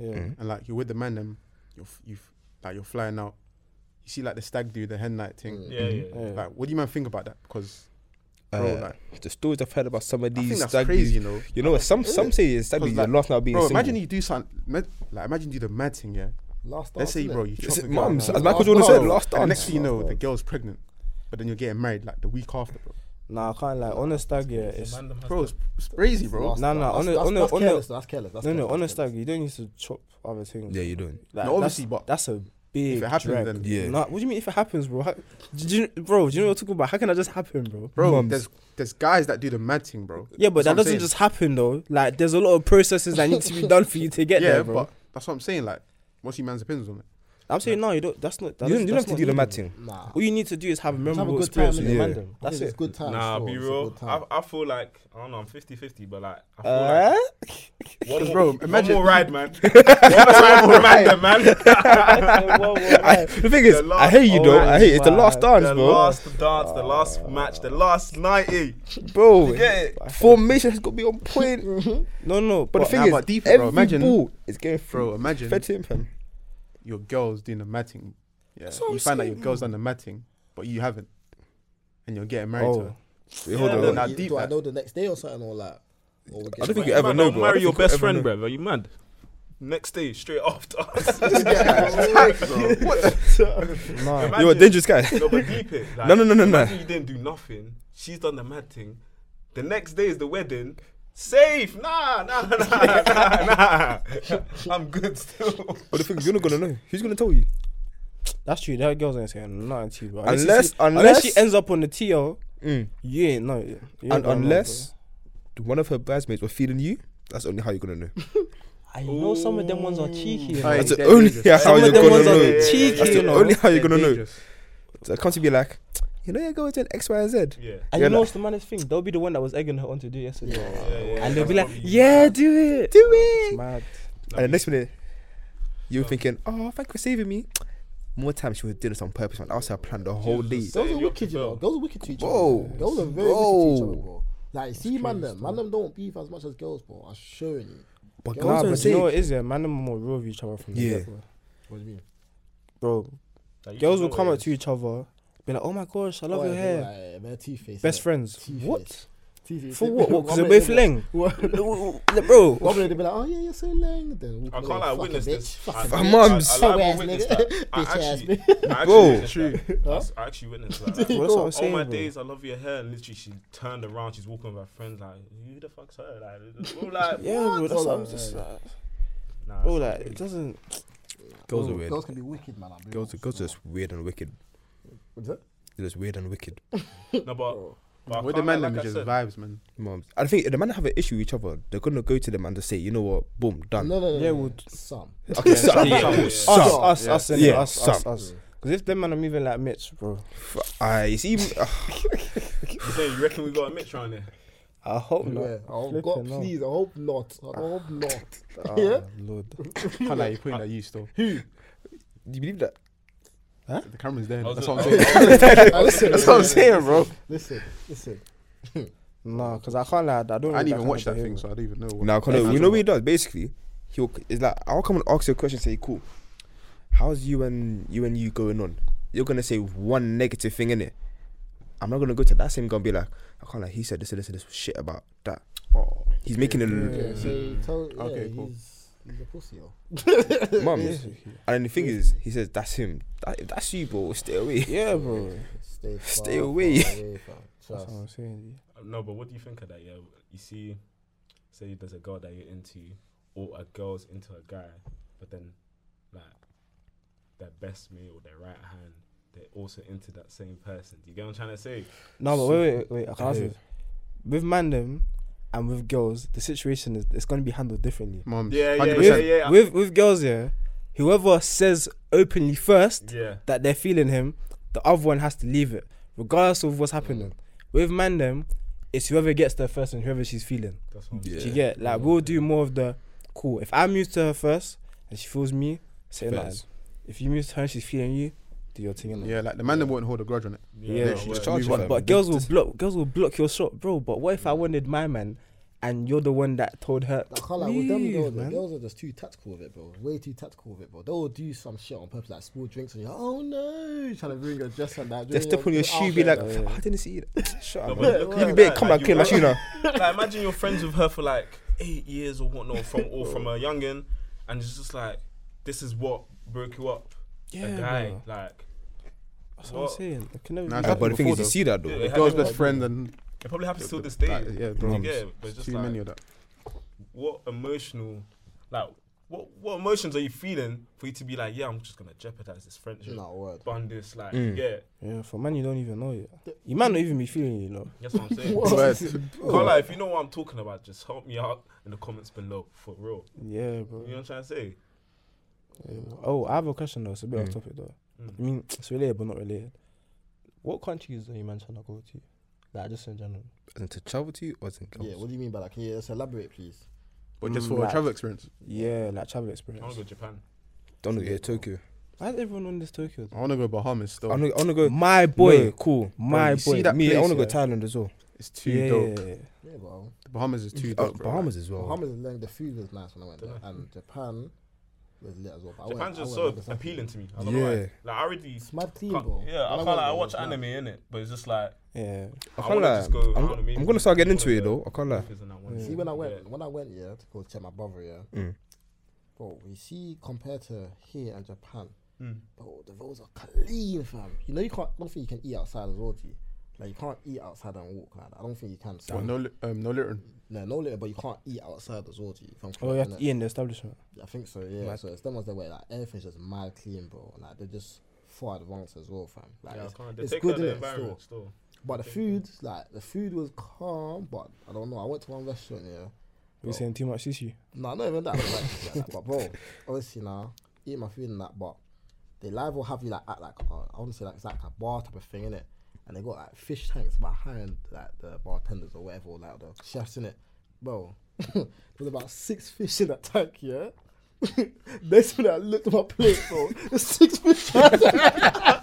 Speaker 4: yeah,
Speaker 2: Mm.
Speaker 3: and like you're with the man, them, you're f- you f- like you're flying out. You see like the stag do the hen night thing.
Speaker 1: Mm.
Speaker 5: Yeah, yeah. yeah.
Speaker 4: yeah.
Speaker 3: Like, what do you man think about that? Because bro,
Speaker 2: Uh,
Speaker 3: like
Speaker 2: The stories I've heard about some of
Speaker 3: I think
Speaker 2: these
Speaker 3: that's
Speaker 2: stag
Speaker 3: crazy,
Speaker 2: dudes-
Speaker 3: you know.
Speaker 2: You know, some some say it's stag
Speaker 3: Because,
Speaker 2: dudes, your
Speaker 3: like,
Speaker 2: last now being
Speaker 3: Bro,
Speaker 2: single.
Speaker 3: imagine you do something. med- Like, imagine you do the mad thing, yeah.
Speaker 1: Last. dance,
Speaker 3: Let's say,
Speaker 1: innit?
Speaker 3: bro, you
Speaker 2: It's-
Speaker 3: chop the girl.
Speaker 2: Mum,
Speaker 3: down.
Speaker 2: as Michael Jordan
Speaker 3: Bro,
Speaker 2: said, last
Speaker 3: and
Speaker 2: dance.
Speaker 3: next thing you know, the
Speaker 1: dance.
Speaker 3: girl's pregnant, but then you're getting married like the week after, bro.
Speaker 4: Nah, I can't like on a stag. Yeah, it's
Speaker 5: Man them has
Speaker 3: Bro,
Speaker 5: to-
Speaker 3: it's, it's crazy, bro.
Speaker 1: Last
Speaker 4: Nah, nah,
Speaker 1: dance.
Speaker 4: on the-
Speaker 1: That's-
Speaker 4: on the-
Speaker 1: that's
Speaker 4: on the-
Speaker 1: careless, That's careless. that's
Speaker 4: no, no.
Speaker 1: careless,
Speaker 4: On a
Speaker 1: that's careless.
Speaker 4: stag, you don't need to chop other things.
Speaker 2: Yeah, you don't.
Speaker 4: Like,
Speaker 3: No, obviously,
Speaker 4: that's,
Speaker 3: but
Speaker 4: that's a big.
Speaker 3: if it happens,
Speaker 4: drag.
Speaker 3: then
Speaker 2: Yeah.
Speaker 4: Nah, what do you mean if it happens, bro? How, do you, bro, do you know what I'm talking about? How can I just happen, bro?
Speaker 3: bro,
Speaker 2: Mums.
Speaker 3: there's there's guys that do the mad thing, bro.
Speaker 4: Yeah, but
Speaker 3: That's
Speaker 4: that
Speaker 3: what I'm
Speaker 4: doesn't
Speaker 3: saying.
Speaker 4: just happen though. Like, there's a lot of processes that need to be done for you to get
Speaker 3: yeah,
Speaker 4: there, bro.
Speaker 3: but that's what I'm saying. Like, what's your man's opinions on it?
Speaker 4: I'm saying no, you don't. That's not. That
Speaker 2: You don't, you don't
Speaker 4: that's
Speaker 2: have to
Speaker 4: not
Speaker 2: do the
Speaker 4: needed.
Speaker 2: mad thing.
Speaker 1: Nah.
Speaker 4: All you need to do is have a
Speaker 1: Just have a
Speaker 4: memorable
Speaker 1: good time,
Speaker 4: experience with
Speaker 1: innit?
Speaker 4: your
Speaker 2: Yeah.
Speaker 4: man. them.
Speaker 1: I
Speaker 4: That's
Speaker 1: think It's
Speaker 4: it.
Speaker 1: good time.
Speaker 5: Nah,
Speaker 1: still,
Speaker 5: be
Speaker 1: it's a
Speaker 5: real.
Speaker 1: good time.
Speaker 5: I, I feel like I don't know. I'm 50-50, but like I feel
Speaker 2: Eh?
Speaker 4: Uh,
Speaker 5: like one more,
Speaker 3: bro,
Speaker 5: one
Speaker 3: imagine-
Speaker 5: more ride, man. one more ride, for the man, them, man. one more
Speaker 2: I, the thing is,
Speaker 5: The
Speaker 2: I hate you
Speaker 5: last-
Speaker 2: though.
Speaker 5: oh,
Speaker 2: I hate it. It's the last
Speaker 4: man.
Speaker 2: dance,
Speaker 5: the
Speaker 2: bro.
Speaker 5: last dance, the last match, the last ninety.
Speaker 2: bro,
Speaker 5: get
Speaker 2: formation has got to be on point.
Speaker 4: No, no.
Speaker 2: But the
Speaker 3: Well,
Speaker 2: thing
Speaker 3: nah,
Speaker 2: is,
Speaker 3: but deep, bro,
Speaker 2: every
Speaker 3: imagine-
Speaker 2: ball is getting
Speaker 3: Bro,
Speaker 2: through.
Speaker 3: imagine
Speaker 2: Fed him, fam.
Speaker 3: your girl's doing the matting. Yeah,
Speaker 4: what
Speaker 3: you
Speaker 4: I'm
Speaker 3: find out
Speaker 4: saying,
Speaker 3: your girl's done the matting, but you haven't, and you're getting married
Speaker 4: Oh,
Speaker 3: to her.
Speaker 2: Wait, hold
Speaker 5: Yeah,
Speaker 2: on.
Speaker 5: no,
Speaker 2: hold
Speaker 3: nah,
Speaker 2: on.
Speaker 1: Do you-
Speaker 3: deep
Speaker 1: Do I
Speaker 3: that.
Speaker 1: know the next day or something or like? or we get
Speaker 2: I don't think
Speaker 1: back?
Speaker 2: you ever
Speaker 5: Man,
Speaker 2: know,
Speaker 5: don't
Speaker 2: bro. I
Speaker 5: Marry
Speaker 2: don't
Speaker 5: your
Speaker 2: think you'll
Speaker 5: best
Speaker 2: ever
Speaker 5: friend,
Speaker 2: know.
Speaker 5: bro. Are you mad? Next day, straight after.
Speaker 4: no.
Speaker 2: You're a dangerous guy.
Speaker 5: No, but deep it. Like,
Speaker 2: No, no, no, no, no.
Speaker 5: imagine You didn't do nothing. She's done the mad thing. The next day is the wedding. Safe. Nah, nah, nah, nah, nah. I'm good still.
Speaker 2: But the thing is, you're not gonna know. Who's gonna tell you?
Speaker 4: That's true. That girl's ain't saying nothing to you, bro. you
Speaker 2: Unless-
Speaker 4: see- unless she
Speaker 2: unless-
Speaker 4: ends up on the TL,
Speaker 2: Mm.
Speaker 4: you ain't know. You ain't
Speaker 2: And
Speaker 4: gonna know,
Speaker 2: unless one of her bridesmaids were feeling you, that's only how you're gonna know.
Speaker 4: bro. I know some of them ones are cheeky. you know.
Speaker 3: Aye,
Speaker 2: That's the
Speaker 3: they're
Speaker 2: only
Speaker 3: dangerous.
Speaker 2: how
Speaker 4: Some
Speaker 2: you're
Speaker 4: of them
Speaker 2: gonna
Speaker 4: ones
Speaker 2: know.
Speaker 4: are
Speaker 5: yeah, yeah,
Speaker 4: cheeky,
Speaker 5: yeah.
Speaker 2: That's
Speaker 4: you
Speaker 2: the
Speaker 4: know.
Speaker 2: only how you're gonna know.
Speaker 3: dangerous.
Speaker 2: So I can't be like, you know, your girl was doing X, Y, and Z.
Speaker 5: Yeah.
Speaker 4: And
Speaker 2: You're
Speaker 4: you know
Speaker 2: like-
Speaker 4: what's the maddest thing? They'll be the one that was egging her on to do yesterday.
Speaker 5: yeah,
Speaker 4: and
Speaker 5: yeah.
Speaker 4: they'll be like,
Speaker 5: That's probably-
Speaker 4: yeah, do it.
Speaker 2: Do
Speaker 4: It's
Speaker 2: it.
Speaker 4: mad.
Speaker 2: And the next minute, you're thinking, oh, thank you for saving me. More time she was doing this on purpose, man. That was her plan the whole day.
Speaker 1: Those are
Speaker 5: Saying you're
Speaker 1: wicked, you know.
Speaker 5: prepared.
Speaker 1: Those are wicked to each
Speaker 2: Whoa.
Speaker 1: other. bro. Those are very wicked to each
Speaker 2: Whoa.
Speaker 1: other, bro. Like, see, man, them, man, them don't beef as much as girls, bro. I'm showing you.
Speaker 2: But
Speaker 1: Nah,
Speaker 2: girls
Speaker 4: Nah,
Speaker 2: don't
Speaker 4: but
Speaker 2: say
Speaker 4: you know what it is, yeah? Man, them are more real with each other from the
Speaker 2: Yeah.
Speaker 4: get-go.
Speaker 1: What do you mean?
Speaker 4: Bro,
Speaker 5: Like, you
Speaker 4: girls
Speaker 5: should
Speaker 4: will
Speaker 5: know
Speaker 4: come
Speaker 5: it
Speaker 4: up
Speaker 5: is.
Speaker 4: to each other, be like, oh my gosh, I love your hair.
Speaker 1: man, T face.
Speaker 4: Best friends.
Speaker 1: T-face.
Speaker 4: What?
Speaker 1: friends.
Speaker 4: For what? What? Because they're both leng. Bro,
Speaker 1: One minute they be like, oh yeah, you're so lame. Then walk
Speaker 5: I
Speaker 1: away,
Speaker 5: can't like
Speaker 1: fucking
Speaker 5: witness this.
Speaker 1: bitch, fucking
Speaker 2: I-
Speaker 1: bitch.
Speaker 2: I'm Mums.
Speaker 5: I, I, I,
Speaker 1: Ass
Speaker 5: I witnessed
Speaker 1: nigga.
Speaker 5: that. I
Speaker 1: Bitch ass
Speaker 5: actually, I actually
Speaker 2: Bro.
Speaker 5: witnessed that. That's- I actually witnessed that.
Speaker 4: Bro,
Speaker 5: Like,
Speaker 4: that's what I'm
Speaker 5: all
Speaker 4: saying,
Speaker 5: my
Speaker 4: bro.
Speaker 5: days, I love your hair. And literally, she turned around. She's walking with her friends. Like, who the fuck's her? Like, we're like,
Speaker 4: Yeah,
Speaker 5: what?
Speaker 4: bro, that's
Speaker 1: Hold
Speaker 4: what
Speaker 1: on,
Speaker 4: I'm just
Speaker 1: yeah.
Speaker 4: like.
Speaker 5: Nah,
Speaker 4: Bro,
Speaker 5: it's
Speaker 4: like, it
Speaker 5: crazy.
Speaker 4: doesn't.
Speaker 2: Girls are
Speaker 1: Ooh,
Speaker 2: weird.
Speaker 1: Girls can be wicked, man. I'll be
Speaker 2: Girls,
Speaker 1: honest,
Speaker 2: girls are
Speaker 1: man.
Speaker 2: just weird and wicked.
Speaker 1: What's that?
Speaker 2: They're just weird and wicked.
Speaker 5: no, but, but I
Speaker 3: With the
Speaker 5: can't
Speaker 3: man,
Speaker 5: lie,
Speaker 3: them
Speaker 5: like
Speaker 3: is
Speaker 5: I
Speaker 3: just
Speaker 5: said,
Speaker 3: vibes, man.
Speaker 2: Moms. I think if the man have an issue with each other, they're gonna go to them and just say, you know what, boom, done.
Speaker 1: No, no, no.
Speaker 4: Yeah,
Speaker 1: no,
Speaker 4: we'll-
Speaker 1: no. some.
Speaker 2: Okay, so,
Speaker 4: Yeah,
Speaker 5: yeah, yeah.
Speaker 2: so-
Speaker 4: Us,
Speaker 1: Some.
Speaker 4: us, us, innit?
Speaker 2: Yeah,
Speaker 4: us, us,
Speaker 2: some.
Speaker 4: us. Because if them man are moving like Mitch, bro,
Speaker 2: I see. uh,
Speaker 5: you saying you reckon we got a Mitch around there?
Speaker 4: I hope not.
Speaker 1: Yeah. Oh
Speaker 4: Flipping
Speaker 1: God,
Speaker 4: hell.
Speaker 1: please. I hope not. I hope not.
Speaker 4: Ah,
Speaker 1: Yeah.
Speaker 4: Lord.
Speaker 3: Can't lie, you're putting that you still.
Speaker 2: do you believe that?
Speaker 3: The camera's there.
Speaker 5: I was
Speaker 3: That's
Speaker 5: gonna-
Speaker 3: what I'm saying.
Speaker 1: That's
Speaker 3: That's what I'm saying, bro.
Speaker 1: Listen, listen.
Speaker 4: Nah, because I can't lie, I don't.
Speaker 3: I
Speaker 4: like
Speaker 3: didn't even
Speaker 4: kind
Speaker 3: watch
Speaker 4: of
Speaker 3: that thing,
Speaker 4: behaviour.
Speaker 3: so I don't even know. what-
Speaker 2: No, cause
Speaker 3: That's
Speaker 2: you know
Speaker 3: what-
Speaker 2: what he does. Basically, he'll it's like I'll come and ask you a question. Say, cool, how's you and you and you going on? You're gonna say one negative thing in it. I'm not gonna go to that same guy and be like, I can't like he said this and this and this shit about that.
Speaker 3: Oh,
Speaker 2: He's making it.
Speaker 1: Yeah, so tell. Yeah,
Speaker 3: Okay, cool.
Speaker 1: he's He's a pussy, yo.
Speaker 2: Mum. And the thing is, he says, that's him. That, if that's you, bro, stay away.
Speaker 4: Yeah, bro.
Speaker 1: Stay,
Speaker 2: Stay
Speaker 1: far,
Speaker 2: away.
Speaker 1: far away fam.
Speaker 4: That's what
Speaker 1: Trust.
Speaker 4: I'm saying.
Speaker 5: No, but what do you think of that? Yeah, you see, say there's a girl that you're into, or a girl's into a guy, but then, like, their best mate or their right hand, they're also into that same person. Do you get what I'm trying to say?
Speaker 4: No, but
Speaker 5: So-
Speaker 4: wait, wait, wait. I can ask
Speaker 5: Yeah.
Speaker 4: you. With man them and with girls, the situation is it's gonna be handled differently.
Speaker 3: Mom.
Speaker 5: Yeah, yeah,
Speaker 4: With,
Speaker 5: yeah.
Speaker 4: with with girls, yeah, whoever says openly first
Speaker 5: Yeah.
Speaker 4: that they're feeling him, the other one has to leave it, regardless of what's happening. With man them, it's whoever gets there first and whoever she's feeling.
Speaker 5: That's what I'm
Speaker 2: Yeah.
Speaker 4: Do you get? Like we'll do more of the cool. If I'm used to her first and she feels me, say that.
Speaker 2: Facts.
Speaker 4: If you move to her and she's feeling you, do your thing. innit?
Speaker 3: Yeah, like the man that won't hold a grudge on it.
Speaker 5: Yeah,
Speaker 4: Yeah,
Speaker 5: no,
Speaker 2: she's
Speaker 5: word.
Speaker 2: charged
Speaker 3: Move
Speaker 2: with
Speaker 3: on.
Speaker 2: that.
Speaker 4: But girls will block. Girls will block your shot, bro. But what if I wanted my man, and you're the one that told her?
Speaker 1: I can't lie, with them
Speaker 4: "Leave,
Speaker 1: girls, the
Speaker 4: man."
Speaker 1: girls are just too tactical with it, bro. Way too tactical with it, bro. They'll do some shit on purpose, like spill drinks on you. Oh no, trying to ruin your dress and that.
Speaker 2: Just
Speaker 1: ruin
Speaker 2: step on your shoe, be
Speaker 1: outfit.
Speaker 2: like, "Oh, I didn't see it. Shut
Speaker 5: No,
Speaker 2: up.
Speaker 5: but
Speaker 2: man.
Speaker 5: look at
Speaker 2: You be
Speaker 5: that,
Speaker 2: big, come
Speaker 5: like,
Speaker 2: back, kill my
Speaker 5: you-
Speaker 2: shoe now.
Speaker 5: like imagine you're friends with her for like eight years or whatnot from or from a youngin, and it's just like this is what broke you up.
Speaker 4: Yeah,
Speaker 5: a guy
Speaker 4: bro.
Speaker 5: like
Speaker 4: That's what, I'm saying. I can never.
Speaker 3: Nah,
Speaker 4: be
Speaker 3: it's
Speaker 2: Nah,
Speaker 4: that-
Speaker 2: But the thing is,
Speaker 3: Before
Speaker 2: you
Speaker 3: though.
Speaker 2: see that
Speaker 5: Yeah,
Speaker 2: though.
Speaker 5: they had
Speaker 3: Girl's
Speaker 5: it
Speaker 3: best
Speaker 5: like-
Speaker 3: friend and
Speaker 5: It probably happens till this day.
Speaker 3: like, yeah, bro.
Speaker 5: Yeah, but it's just
Speaker 3: Too
Speaker 5: like,
Speaker 3: many of that.
Speaker 5: what emotional, like what what emotions are you feeling for you to be like, yeah, I'm just gonna jeopardize this friendship,
Speaker 1: No word.
Speaker 5: bond this, like,
Speaker 2: Mm.
Speaker 5: yeah,
Speaker 4: Yeah, for man, you don't even know yet. You might not even be feeling, you know.
Speaker 5: that's what I'm saying.
Speaker 1: What?
Speaker 5: Can't lie, if you know what I'm talking about, just help me out in the comments below for real.
Speaker 4: Yeah, bro.
Speaker 5: You know what I'm trying to say?
Speaker 4: Yeah. Oh, I have a question though. It's a bit
Speaker 2: Mm.
Speaker 4: off topic though.
Speaker 5: Mm.
Speaker 4: I mean, it's related but not related. What countries are you man trying to go to? Like just in general.
Speaker 2: As in to travel to you or as in girls?
Speaker 1: Yeah, what do you mean by that? Can you just elaborate, please?
Speaker 3: But just
Speaker 4: Mm,
Speaker 3: for a
Speaker 4: like-
Speaker 3: travel experience.
Speaker 4: Yeah, like travel
Speaker 5: I wanna
Speaker 4: experience.
Speaker 5: go to Japan.
Speaker 2: Don't know. Yeah, Tokyo.
Speaker 4: Why is everyone on this Tokyo?
Speaker 3: I want to go Bahamas
Speaker 2: I
Speaker 3: still.
Speaker 2: wanna, I wanna go.
Speaker 4: My boy,
Speaker 2: No, cool.
Speaker 4: my
Speaker 3: you see
Speaker 4: boy.
Speaker 3: that
Speaker 2: Me, I
Speaker 3: place,
Speaker 2: wanna go
Speaker 4: yeah.
Speaker 2: Thailand as well.
Speaker 3: It's too
Speaker 4: yeah,
Speaker 3: dope.
Speaker 1: Yeah, bro.
Speaker 3: The Bahamas is too
Speaker 2: Uh,
Speaker 3: dope. bro.
Speaker 2: Bahamas as well.
Speaker 1: Bahamas is learning the food was nice when I went there,
Speaker 5: Dunno.
Speaker 1: and Japan was lit as well. but I
Speaker 5: Japan's
Speaker 1: went- I
Speaker 5: just so
Speaker 1: went like a-
Speaker 5: appealing to me. I don't know why.
Speaker 2: Yeah.
Speaker 5: Like I already
Speaker 1: It's mad clean,
Speaker 5: can't-
Speaker 1: bro.
Speaker 5: Yeah, I
Speaker 1: When
Speaker 5: can't
Speaker 1: went
Speaker 5: like, I
Speaker 1: there, it
Speaker 5: watch
Speaker 1: was mad.
Speaker 5: anime in it, but it's just like
Speaker 4: yeah.
Speaker 2: I
Speaker 5: I
Speaker 2: can't
Speaker 5: wanna
Speaker 2: lie.
Speaker 5: just go, I
Speaker 2: I'm,
Speaker 5: wanna meet
Speaker 2: I'm gonna start getting into
Speaker 5: people
Speaker 2: it
Speaker 5: there.
Speaker 2: though. I can't lie.
Speaker 5: Because then I wanna
Speaker 1: See when I went,
Speaker 5: Yeah.
Speaker 1: when I went, yeah, to go check my brother, yeah.
Speaker 2: Mm.
Speaker 1: Bro, you see, compared to here and Japan,
Speaker 5: Mm.
Speaker 1: bro, the roads are clean, fam. You know, you can't. I don't think you can eat outside as well, G. Like you can't eat outside and walk like that. I don't think you can.
Speaker 3: Well,
Speaker 1: no,
Speaker 3: no, li- um, no littering.
Speaker 1: no, no litter, but you can't eat outside as well, G. If I'm
Speaker 4: Oh, you
Speaker 1: correct,
Speaker 4: have to
Speaker 1: innit?
Speaker 4: eat in the establishment.
Speaker 1: I think so, yeah.
Speaker 2: Mad.
Speaker 1: So it's the ones that were like everything's just mad clean, bro. Like they're just far advanced as well, fam. Like
Speaker 5: Yeah, I
Speaker 1: it's,
Speaker 5: can't.
Speaker 1: it's
Speaker 5: They take
Speaker 1: good
Speaker 5: out
Speaker 1: in
Speaker 5: the
Speaker 1: it still.
Speaker 5: environment still.
Speaker 1: But the food, like the food was calm, but I don't know. I went to one restaurant, yeah.
Speaker 4: We're saying too much sushi.
Speaker 1: No, not even that. I don't like shit like that. But bro, obviously now, eat my food and that, but they live will have you like act like uh, I want to say like it's like a bar type of thing in it, and they got like fish tanks behind like the bartenders or whatever, or, like the chefs in it, bro. there was about six fish in that tank, yeah. That's when I looked at my plate, bro. The six fish.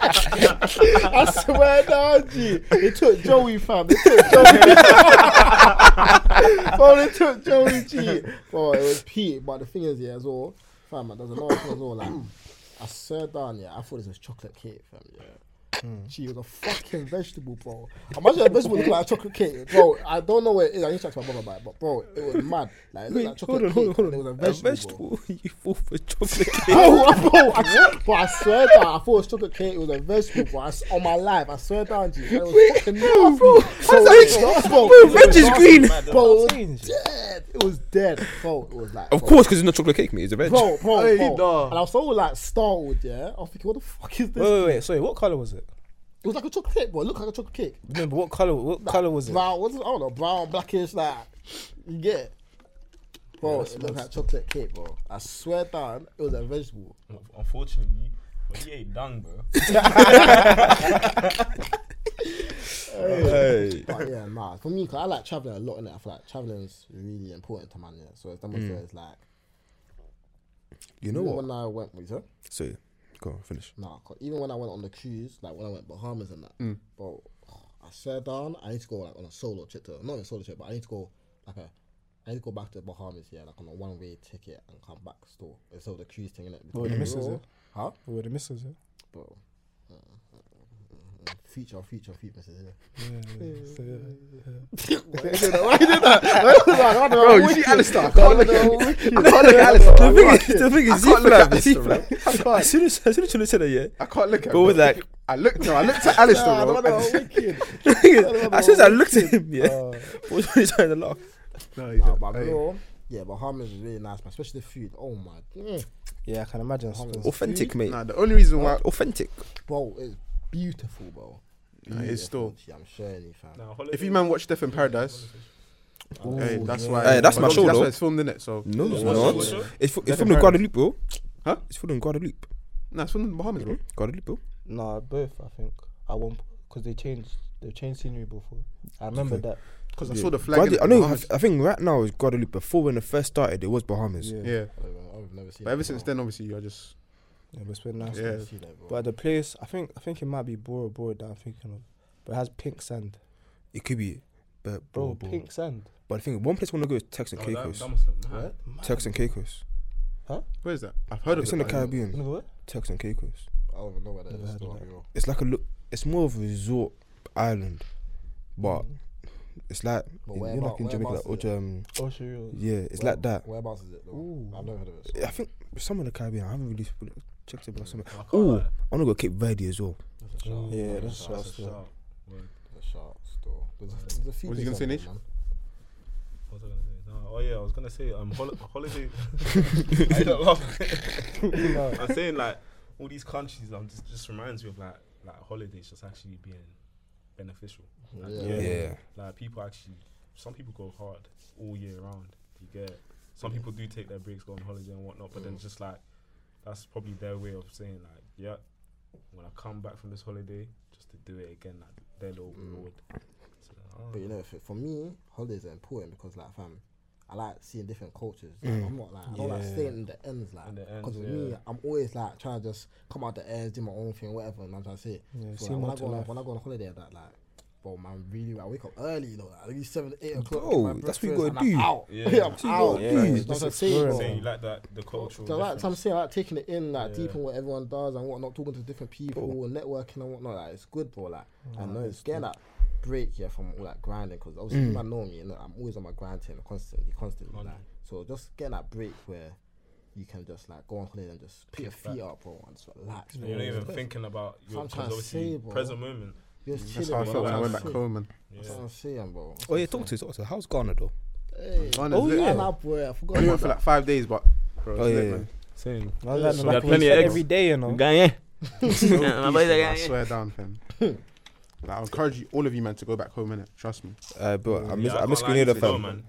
Speaker 1: I swear down, G. They took Joey, fam. They took Joey. bro, they took Joey G. Bro, it was Pete. But the thing is, yeah, as well, fam, there's another thing as well. Like, I swear down, yeah, I thought this was chocolate cake, fam, yeah. Gee, it was a fucking vegetable, bro. Imagine a vegetable looking like a chocolate cake, bro. I don't know what it is. I need to ask my brother about it, but bro, it was mad. Like, it looked like chocolate cake. and It was a vegetable. bro.
Speaker 2: you fall for chocolate cake.
Speaker 1: Bro, bro, Oh, I, swear- bro, I swear down, I thought it was chocolate cake, it was a vegetable, bro. I s on my life, I swear down, G. It was fucking nasty. Bro, bro,
Speaker 2: Bro,
Speaker 1: it was
Speaker 2: veg is
Speaker 1: nasty.
Speaker 2: green.
Speaker 1: Bro, it
Speaker 4: Change.
Speaker 1: was dead. It was dead. Bro, it was like.
Speaker 2: Of
Speaker 1: bro,
Speaker 2: course, because it's not chocolate cake, mate. It's a veg.
Speaker 1: Bro, bro,
Speaker 3: Hey,
Speaker 1: bro.
Speaker 3: nah.
Speaker 1: And I was so like startled, yeah. I was thinking, what the fuck is this?
Speaker 4: Wait, wait, wait. Sorry, what color was it?
Speaker 1: It was like a chocolate cake, bro. It looked like a chocolate cake.
Speaker 4: Remember what color? What color was it?
Speaker 1: Brown, what's it? I don't know, brown, blackish, like you get. it. Bro, it looked like chocolate cake, bro. I swear down, it was a vegetable.
Speaker 5: Unfortunately, but he ain't done, bro.
Speaker 2: Hey.
Speaker 1: But yeah, nah. For me, 'cause I like traveling a lot, and I feel like traveling's really important to man. Yeah, so it's almost mm. it's like
Speaker 2: You know
Speaker 1: even
Speaker 2: what?
Speaker 1: When I went with her,
Speaker 2: So, go on, finish.
Speaker 1: nah. 'cause even when I went on the cruise, like when I went Bahamas and that, bro, I swear down, I need to go like on a solo trip to not a solo trip, but I need to go like a. I need to go back to the Bahamas, yeah, like on a one-way ticket and come back still. It's all the cruise
Speaker 4: Oh,
Speaker 1: thing, innit?
Speaker 4: Well, the missus,
Speaker 1: Because-
Speaker 4: yeah.
Speaker 1: Huh?
Speaker 4: Were the misses?
Speaker 1: bro. future, future, future. Mrs.
Speaker 4: Yeah, yeah, so, yeah.
Speaker 1: Why you did that? Why you did that? Why you did that? Bro,
Speaker 2: you see Alistair, I
Speaker 1: I
Speaker 2: can't
Speaker 1: can't
Speaker 2: look at-
Speaker 1: look
Speaker 2: I can't Oh, look at Alistair. The thing is, the thing is,
Speaker 3: I can't look
Speaker 2: Z-Flam,
Speaker 3: at Alistair, bro.
Speaker 2: Z-Flam.
Speaker 3: I
Speaker 2: As
Speaker 3: can't.
Speaker 2: soon as, as soon as Chulu said that, yeah,
Speaker 3: I can't look at.
Speaker 2: But was
Speaker 3: bro.
Speaker 2: like-
Speaker 3: I looked. No, I looked at Alistair,
Speaker 1: Nah,
Speaker 3: bro.
Speaker 1: no, no,
Speaker 3: I just-
Speaker 1: wicked.
Speaker 2: the thing is,
Speaker 1: Tell him
Speaker 2: as soon as I
Speaker 1: about
Speaker 2: looked at him, yeah,
Speaker 4: Uh,
Speaker 2: I was really trying to laugh.
Speaker 3: No, he's
Speaker 1: Nah,
Speaker 3: not.
Speaker 1: but
Speaker 3: Hey.
Speaker 1: bro, yeah, but Bahamas is really nice, man. Especially the food. Oh my, mm.
Speaker 4: yeah, I can imagine. Still.
Speaker 2: Authentic, mate.
Speaker 3: Nah, the only reason why
Speaker 2: Authentic.
Speaker 1: bro, it's beautiful, bro.
Speaker 3: Nah, it's
Speaker 1: Beautiful,
Speaker 3: dope.
Speaker 1: gee, I'm sharing you, fam.
Speaker 5: Nah,
Speaker 3: If
Speaker 5: holiday-
Speaker 3: you man watch Steph in Paradise,
Speaker 1: Ooh,
Speaker 3: hey, that's
Speaker 1: yeah.
Speaker 3: why.
Speaker 2: Hey, that's my
Speaker 3: but
Speaker 2: show,
Speaker 3: obviously That's
Speaker 2: though.
Speaker 3: why it's filmed in it. So
Speaker 2: No, it's
Speaker 5: Yeah.
Speaker 2: not.
Speaker 5: What's it?
Speaker 2: It's, fo- it's
Speaker 3: That's
Speaker 2: filmed in
Speaker 3: apparent.
Speaker 2: Guadeloupe, bro.
Speaker 3: Huh?
Speaker 2: It's filmed in Guadeloupe.
Speaker 3: nah, it's filmed in the Bahamas, bro.
Speaker 2: Guadeloupe, bro.
Speaker 4: Nah, both. I think at one because they changed. They changed scenery before. I remember that.
Speaker 3: Because I
Speaker 2: Yeah.
Speaker 3: saw the flag. in
Speaker 2: Guade-
Speaker 3: the
Speaker 2: I know.
Speaker 3: Bahamas.
Speaker 2: I think right now it's Guadeloupe. Before when it first started, it was Bahamas.
Speaker 4: Yeah,
Speaker 3: Yeah,
Speaker 1: I don't know, I've never seen.
Speaker 3: but ever since then, obviously, I just
Speaker 4: yeah, but it's been nice.
Speaker 3: Yeah.
Speaker 1: I've seen it, bro.
Speaker 4: But the place, I think, I think it might be Bora Bora that I'm thinking of, but it has pink sand,
Speaker 2: It could be, but
Speaker 4: bro. Pink sand.
Speaker 2: But I think one place I want to go is Tex and
Speaker 5: Oh, that-
Speaker 2: Caicos.
Speaker 5: that must look mad.
Speaker 2: Tex and Caicos.
Speaker 3: where is that? I've heard of
Speaker 2: It's
Speaker 3: it.
Speaker 2: in the
Speaker 3: but I don't-
Speaker 4: You
Speaker 2: Caribbean.
Speaker 4: know what?
Speaker 2: Tex and Caicos.
Speaker 1: I don't even know where that
Speaker 4: Never
Speaker 1: is.
Speaker 4: heard
Speaker 1: though,
Speaker 4: of
Speaker 1: I'll be real.
Speaker 2: It's like a look. It's more of a resort island, but it's like
Speaker 1: But
Speaker 2: you
Speaker 1: where
Speaker 2: know, like
Speaker 1: about-
Speaker 2: in
Speaker 1: where
Speaker 2: Jamaica,
Speaker 1: about
Speaker 2: like,
Speaker 1: is it?
Speaker 2: um,
Speaker 4: Oh, sure.
Speaker 2: yeah, it's
Speaker 1: Where-
Speaker 2: like that.
Speaker 1: Whereabouts is it? Though?
Speaker 4: Ooh.
Speaker 1: I've never heard of it.
Speaker 2: I think some of the Caribbean. I haven't really sp- checked it, but some.
Speaker 5: I can't
Speaker 2: Oh,
Speaker 5: lie.
Speaker 2: I want to go Cape Verde as well.
Speaker 1: That's a shark.
Speaker 4: Yeah,
Speaker 1: a
Speaker 4: that's what I
Speaker 1: shark.
Speaker 4: was
Speaker 5: That's a
Speaker 4: Yeah.
Speaker 5: shout. Word.
Speaker 1: There's a shark store. There's a, there's a few.
Speaker 3: What was you
Speaker 1: places
Speaker 3: gonna
Speaker 1: like
Speaker 3: say,
Speaker 1: that, man.
Speaker 5: What was I gonna say? No, oh yeah, I was gonna say um hol- holiday. I don't laugh. I'm saying like all these countries. Um, just just reminds me of like like holidays just actually being beneficial. Like,
Speaker 1: Yeah.
Speaker 5: Like people actually, some people go hard all year round. You get. it? Some people do take their breaks, go on holiday and whatnot, but
Speaker 1: Mm.
Speaker 5: then just like that's probably their way of saying like, yeah, when I come back from this holiday, just to do it again, like their little reward. So, oh,
Speaker 1: Mm. But you know, for, for me, holidays are important because, like, fam, I like seeing different cultures. Like, I'm not like I don't like staying in the ends, like,
Speaker 5: In the ends,
Speaker 1: because with me,
Speaker 5: yeah.
Speaker 1: I'm always like trying to just come out the ends, do my own thing, whatever. And I'm trying to say,
Speaker 4: Yeah,
Speaker 1: so, like,
Speaker 4: see
Speaker 1: when
Speaker 4: more
Speaker 1: I
Speaker 4: to
Speaker 1: go on,
Speaker 4: life.
Speaker 1: when I go on holiday, at that like, bro, man, really, I wake up early, you know, like, maybe seven, eight o'clock.
Speaker 2: Bro,
Speaker 1: get my
Speaker 2: that's what you
Speaker 1: breakfast, and
Speaker 2: gotta
Speaker 1: I'm
Speaker 2: do.
Speaker 1: out.
Speaker 5: Yeah.
Speaker 1: I'm out.
Speaker 5: That's
Speaker 2: gotta
Speaker 1: Yeah,
Speaker 2: do.
Speaker 1: that's
Speaker 2: Just
Speaker 1: what I'm
Speaker 4: explore,
Speaker 1: saying, bro.
Speaker 4: man.
Speaker 5: saying you like that the cultural.
Speaker 1: So like, so I'm
Speaker 5: difference.
Speaker 1: saying, like taking it in, like deep
Speaker 5: Yeah.
Speaker 1: in what everyone does and whatnot, talking to different people and networking and whatnot. Like it's good, bro. Like I know it's getting that break here from all that grinding because
Speaker 3: Mm.
Speaker 1: obviously you man know me, and I'm always on my grind team constantly, constantly. Like so, just getting that break where you can just like go on holiday and just put your feet up, bro, and just relax. Bro.
Speaker 5: You're not even
Speaker 1: It's
Speaker 5: thinking about your
Speaker 1: I'm
Speaker 5: 'cause
Speaker 1: trying to
Speaker 5: obviously
Speaker 1: say, bro.
Speaker 5: present moment.
Speaker 1: You're just
Speaker 3: That's
Speaker 1: chilling,
Speaker 3: how I
Speaker 1: bro.
Speaker 3: felt when I
Speaker 1: That's
Speaker 3: went back
Speaker 1: what I'm
Speaker 3: home, man.
Speaker 5: Yeah.
Speaker 1: saying. That's what I'm saying, bro.
Speaker 2: Oh yeah, talk to us. Also, how's Ghana though?
Speaker 1: Hey,
Speaker 3: Oh,
Speaker 4: Oh, yeah.
Speaker 1: man, I, boy, I forgot.
Speaker 3: I
Speaker 1: about
Speaker 3: only went for
Speaker 1: that.
Speaker 3: like five days, but bro, it's
Speaker 2: Oh, yeah,
Speaker 3: lit,
Speaker 2: yeah.
Speaker 3: man.
Speaker 5: Same.
Speaker 4: I was at the
Speaker 5: So
Speaker 4: back
Speaker 5: there are
Speaker 4: of
Speaker 5: plenty
Speaker 4: the
Speaker 5: of
Speaker 4: shop
Speaker 5: eggs.
Speaker 4: every day, you know.
Speaker 3: No peace, man, I swear down, fam. Like, I encourage you, all of you, man, to go back home, innit? Trust me.
Speaker 2: Uh, bro, I miss
Speaker 5: Yeah,
Speaker 2: I miss
Speaker 5: can't lie,
Speaker 2: Grenada,
Speaker 5: it's low,
Speaker 2: fam.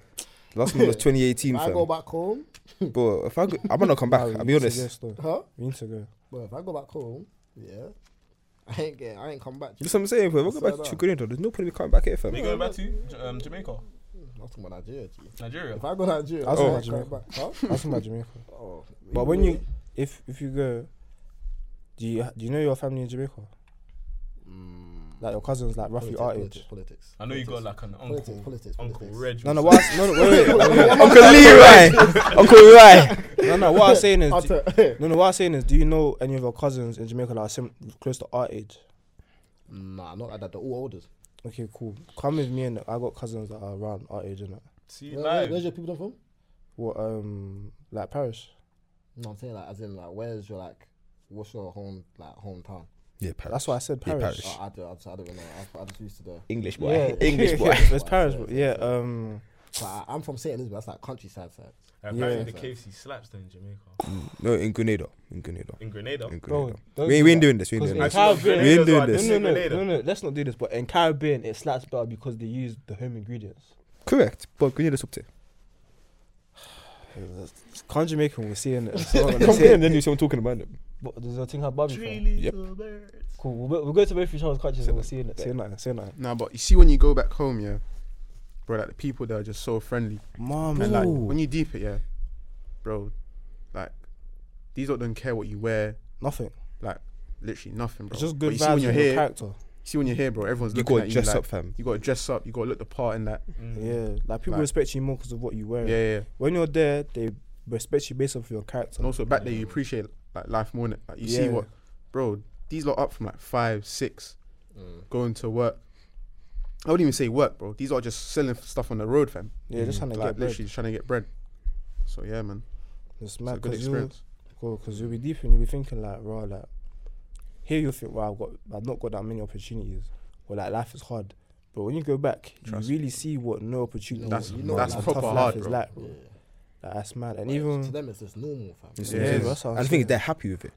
Speaker 2: Last month was 2018,
Speaker 1: If I go
Speaker 2: fam.
Speaker 1: back home,
Speaker 2: Bro, if I go, I'm gonna come back. I'll be honest.
Speaker 1: huh?
Speaker 4: We need to go.
Speaker 1: Bro, if I go back home, yeah, I ain't get, I ain't come back.
Speaker 2: That's what I'm saying, bro. If I
Speaker 1: Swear
Speaker 2: go back to
Speaker 1: down.
Speaker 2: Grenada, there's no point in me coming back here,
Speaker 5: Are
Speaker 2: fam.
Speaker 5: you going back to J- um, Jamaica?
Speaker 1: I'm talking about Nigeria. G.
Speaker 5: Nigeria?
Speaker 1: If I go to Nigeria,
Speaker 4: I was
Speaker 1: I'm
Speaker 4: about
Speaker 1: not going
Speaker 4: Jamaica.
Speaker 1: back. Huh?
Speaker 4: That's from Jamaica.
Speaker 1: Oh,
Speaker 4: But when you, if if you go, do you do you know your family in Jamaica?
Speaker 1: Mm,
Speaker 4: Like your cousins, like roughly
Speaker 1: politics, politics,
Speaker 4: our age.
Speaker 1: politics.
Speaker 5: I know you got
Speaker 1: politics,
Speaker 5: like an uncle,
Speaker 1: Politics, politics,
Speaker 5: Uncle
Speaker 1: politics.
Speaker 5: Reg.
Speaker 4: No, no,
Speaker 5: was-
Speaker 4: what? I- No, no, wait, wait, wait, wait.
Speaker 2: Uncle Leroy, Uncle Leroy.
Speaker 4: no, no. What I'm saying is, do-
Speaker 1: Utter-
Speaker 4: no, no. What I'm saying is, do you know any of your cousins in Jamaica that are sim- close to our age?
Speaker 1: nah, not like that. They're all olders.
Speaker 4: Okay, cool. Come with me, and I got cousins that are around our age, innit?
Speaker 5: See,
Speaker 1: Where, where-
Speaker 5: live.
Speaker 1: where's your people from?
Speaker 4: What um, like Paris.
Speaker 1: No, I'm saying like, as in like, where's your like, what's your home like hometown?
Speaker 2: Yeah, Paris.
Speaker 4: That's why I said
Speaker 2: Yeah,
Speaker 4: Paris.
Speaker 2: Paris.
Speaker 1: Oh, I, don't, I, just, I don't even know. I, I just used to the.
Speaker 2: English boy.
Speaker 4: Yeah,
Speaker 2: English boy.
Speaker 4: It's Paris, but yeah. Um,
Speaker 1: So I, I'm from Saint Elizabeth. That's like countryside side.
Speaker 5: Apparently
Speaker 4: Yeah.
Speaker 5: the KFC slaps there in Jamaica.
Speaker 2: no, in Grenada. In Grenada.
Speaker 5: In Grenada.
Speaker 2: In
Speaker 4: bro,
Speaker 2: Grenada.
Speaker 4: don't
Speaker 2: We,
Speaker 4: do
Speaker 2: we ain't
Speaker 4: that.
Speaker 2: doing this. We ain't
Speaker 4: 'Cause
Speaker 2: doing
Speaker 4: in
Speaker 5: I
Speaker 2: this.
Speaker 5: feel
Speaker 4: Caribbean-
Speaker 5: Grenaders
Speaker 2: We ain't
Speaker 5: are
Speaker 2: doing
Speaker 5: like
Speaker 2: this.
Speaker 4: No, no, no,
Speaker 5: Grenada.
Speaker 4: no, no. Let's not do this. But in Caribbean, it slaps better because they use the home ingredients.
Speaker 2: Correct. But Grenada's up there.
Speaker 4: Can't Jamaican, we're seeing it.
Speaker 2: Compare then you see I'm talking about them.
Speaker 4: But there's a thing called barbecue.
Speaker 5: Three
Speaker 4: fam.
Speaker 5: little birds.
Speaker 4: Cool. We'll, we'll go to both each other's countries and we're seeing it. Say nothing. Say nothing.
Speaker 3: Nah, but you see, when you go back home, yeah, bro, like the people there are just so friendly.
Speaker 4: Mom,
Speaker 3: And like when you deep it, yeah, bro, like these lot don't care what you wear,
Speaker 4: nothing.
Speaker 3: like literally nothing, bro.
Speaker 4: It's just
Speaker 3: But
Speaker 4: good
Speaker 3: you
Speaker 4: vibes
Speaker 3: see when
Speaker 4: and
Speaker 3: you're
Speaker 4: your
Speaker 3: here,
Speaker 4: character.
Speaker 3: see when you're here, bro. Everyone's
Speaker 2: You
Speaker 3: looking
Speaker 2: gotta
Speaker 3: at you.
Speaker 2: dress
Speaker 3: like,
Speaker 2: up, fam.
Speaker 3: You gotta dress up. You gotta look the part and that.
Speaker 4: Mm.
Speaker 5: Mm.
Speaker 4: Yeah, like people
Speaker 3: Like-
Speaker 4: respect you more because of what you wear.
Speaker 3: Yeah, yeah. yeah.
Speaker 4: When you're there, they respect you based off your character.
Speaker 3: And also back there, you appreciate like life more. innit? Like you see
Speaker 4: Yeah.
Speaker 3: what, bro. These lot up from like five, six. going to work. I wouldn't even say work, bro. These are just selling stuff on the road, fam.
Speaker 4: Yeah, just trying to
Speaker 3: like
Speaker 4: get bread.
Speaker 3: literally just trying to get bread. So yeah, man,
Speaker 4: It's
Speaker 3: it's a
Speaker 4: mad
Speaker 3: good
Speaker 4: because you,
Speaker 3: experience.
Speaker 4: because you'll be deep and you'll be thinking like, raw, like here you'll think, well, I've got, I've not got that many opportunities, or like life is hard. But when you go back,
Speaker 3: Trust
Speaker 4: you really see what no opportunity.
Speaker 1: That's-
Speaker 4: you
Speaker 1: that's
Speaker 4: like,
Speaker 1: proper
Speaker 4: tough life
Speaker 3: hard,
Speaker 4: is
Speaker 3: bro.
Speaker 4: like, bro.
Speaker 1: Yeah.
Speaker 4: Like, that's mad. And
Speaker 1: Like,
Speaker 4: even
Speaker 1: to them, it's just normal, fam.
Speaker 2: It's-
Speaker 3: Yeah,
Speaker 2: it
Speaker 3: yeah,
Speaker 2: is.
Speaker 4: that's what I
Speaker 2: and
Speaker 4: was
Speaker 2: the thing is,
Speaker 4: saying.
Speaker 2: they're happy with it.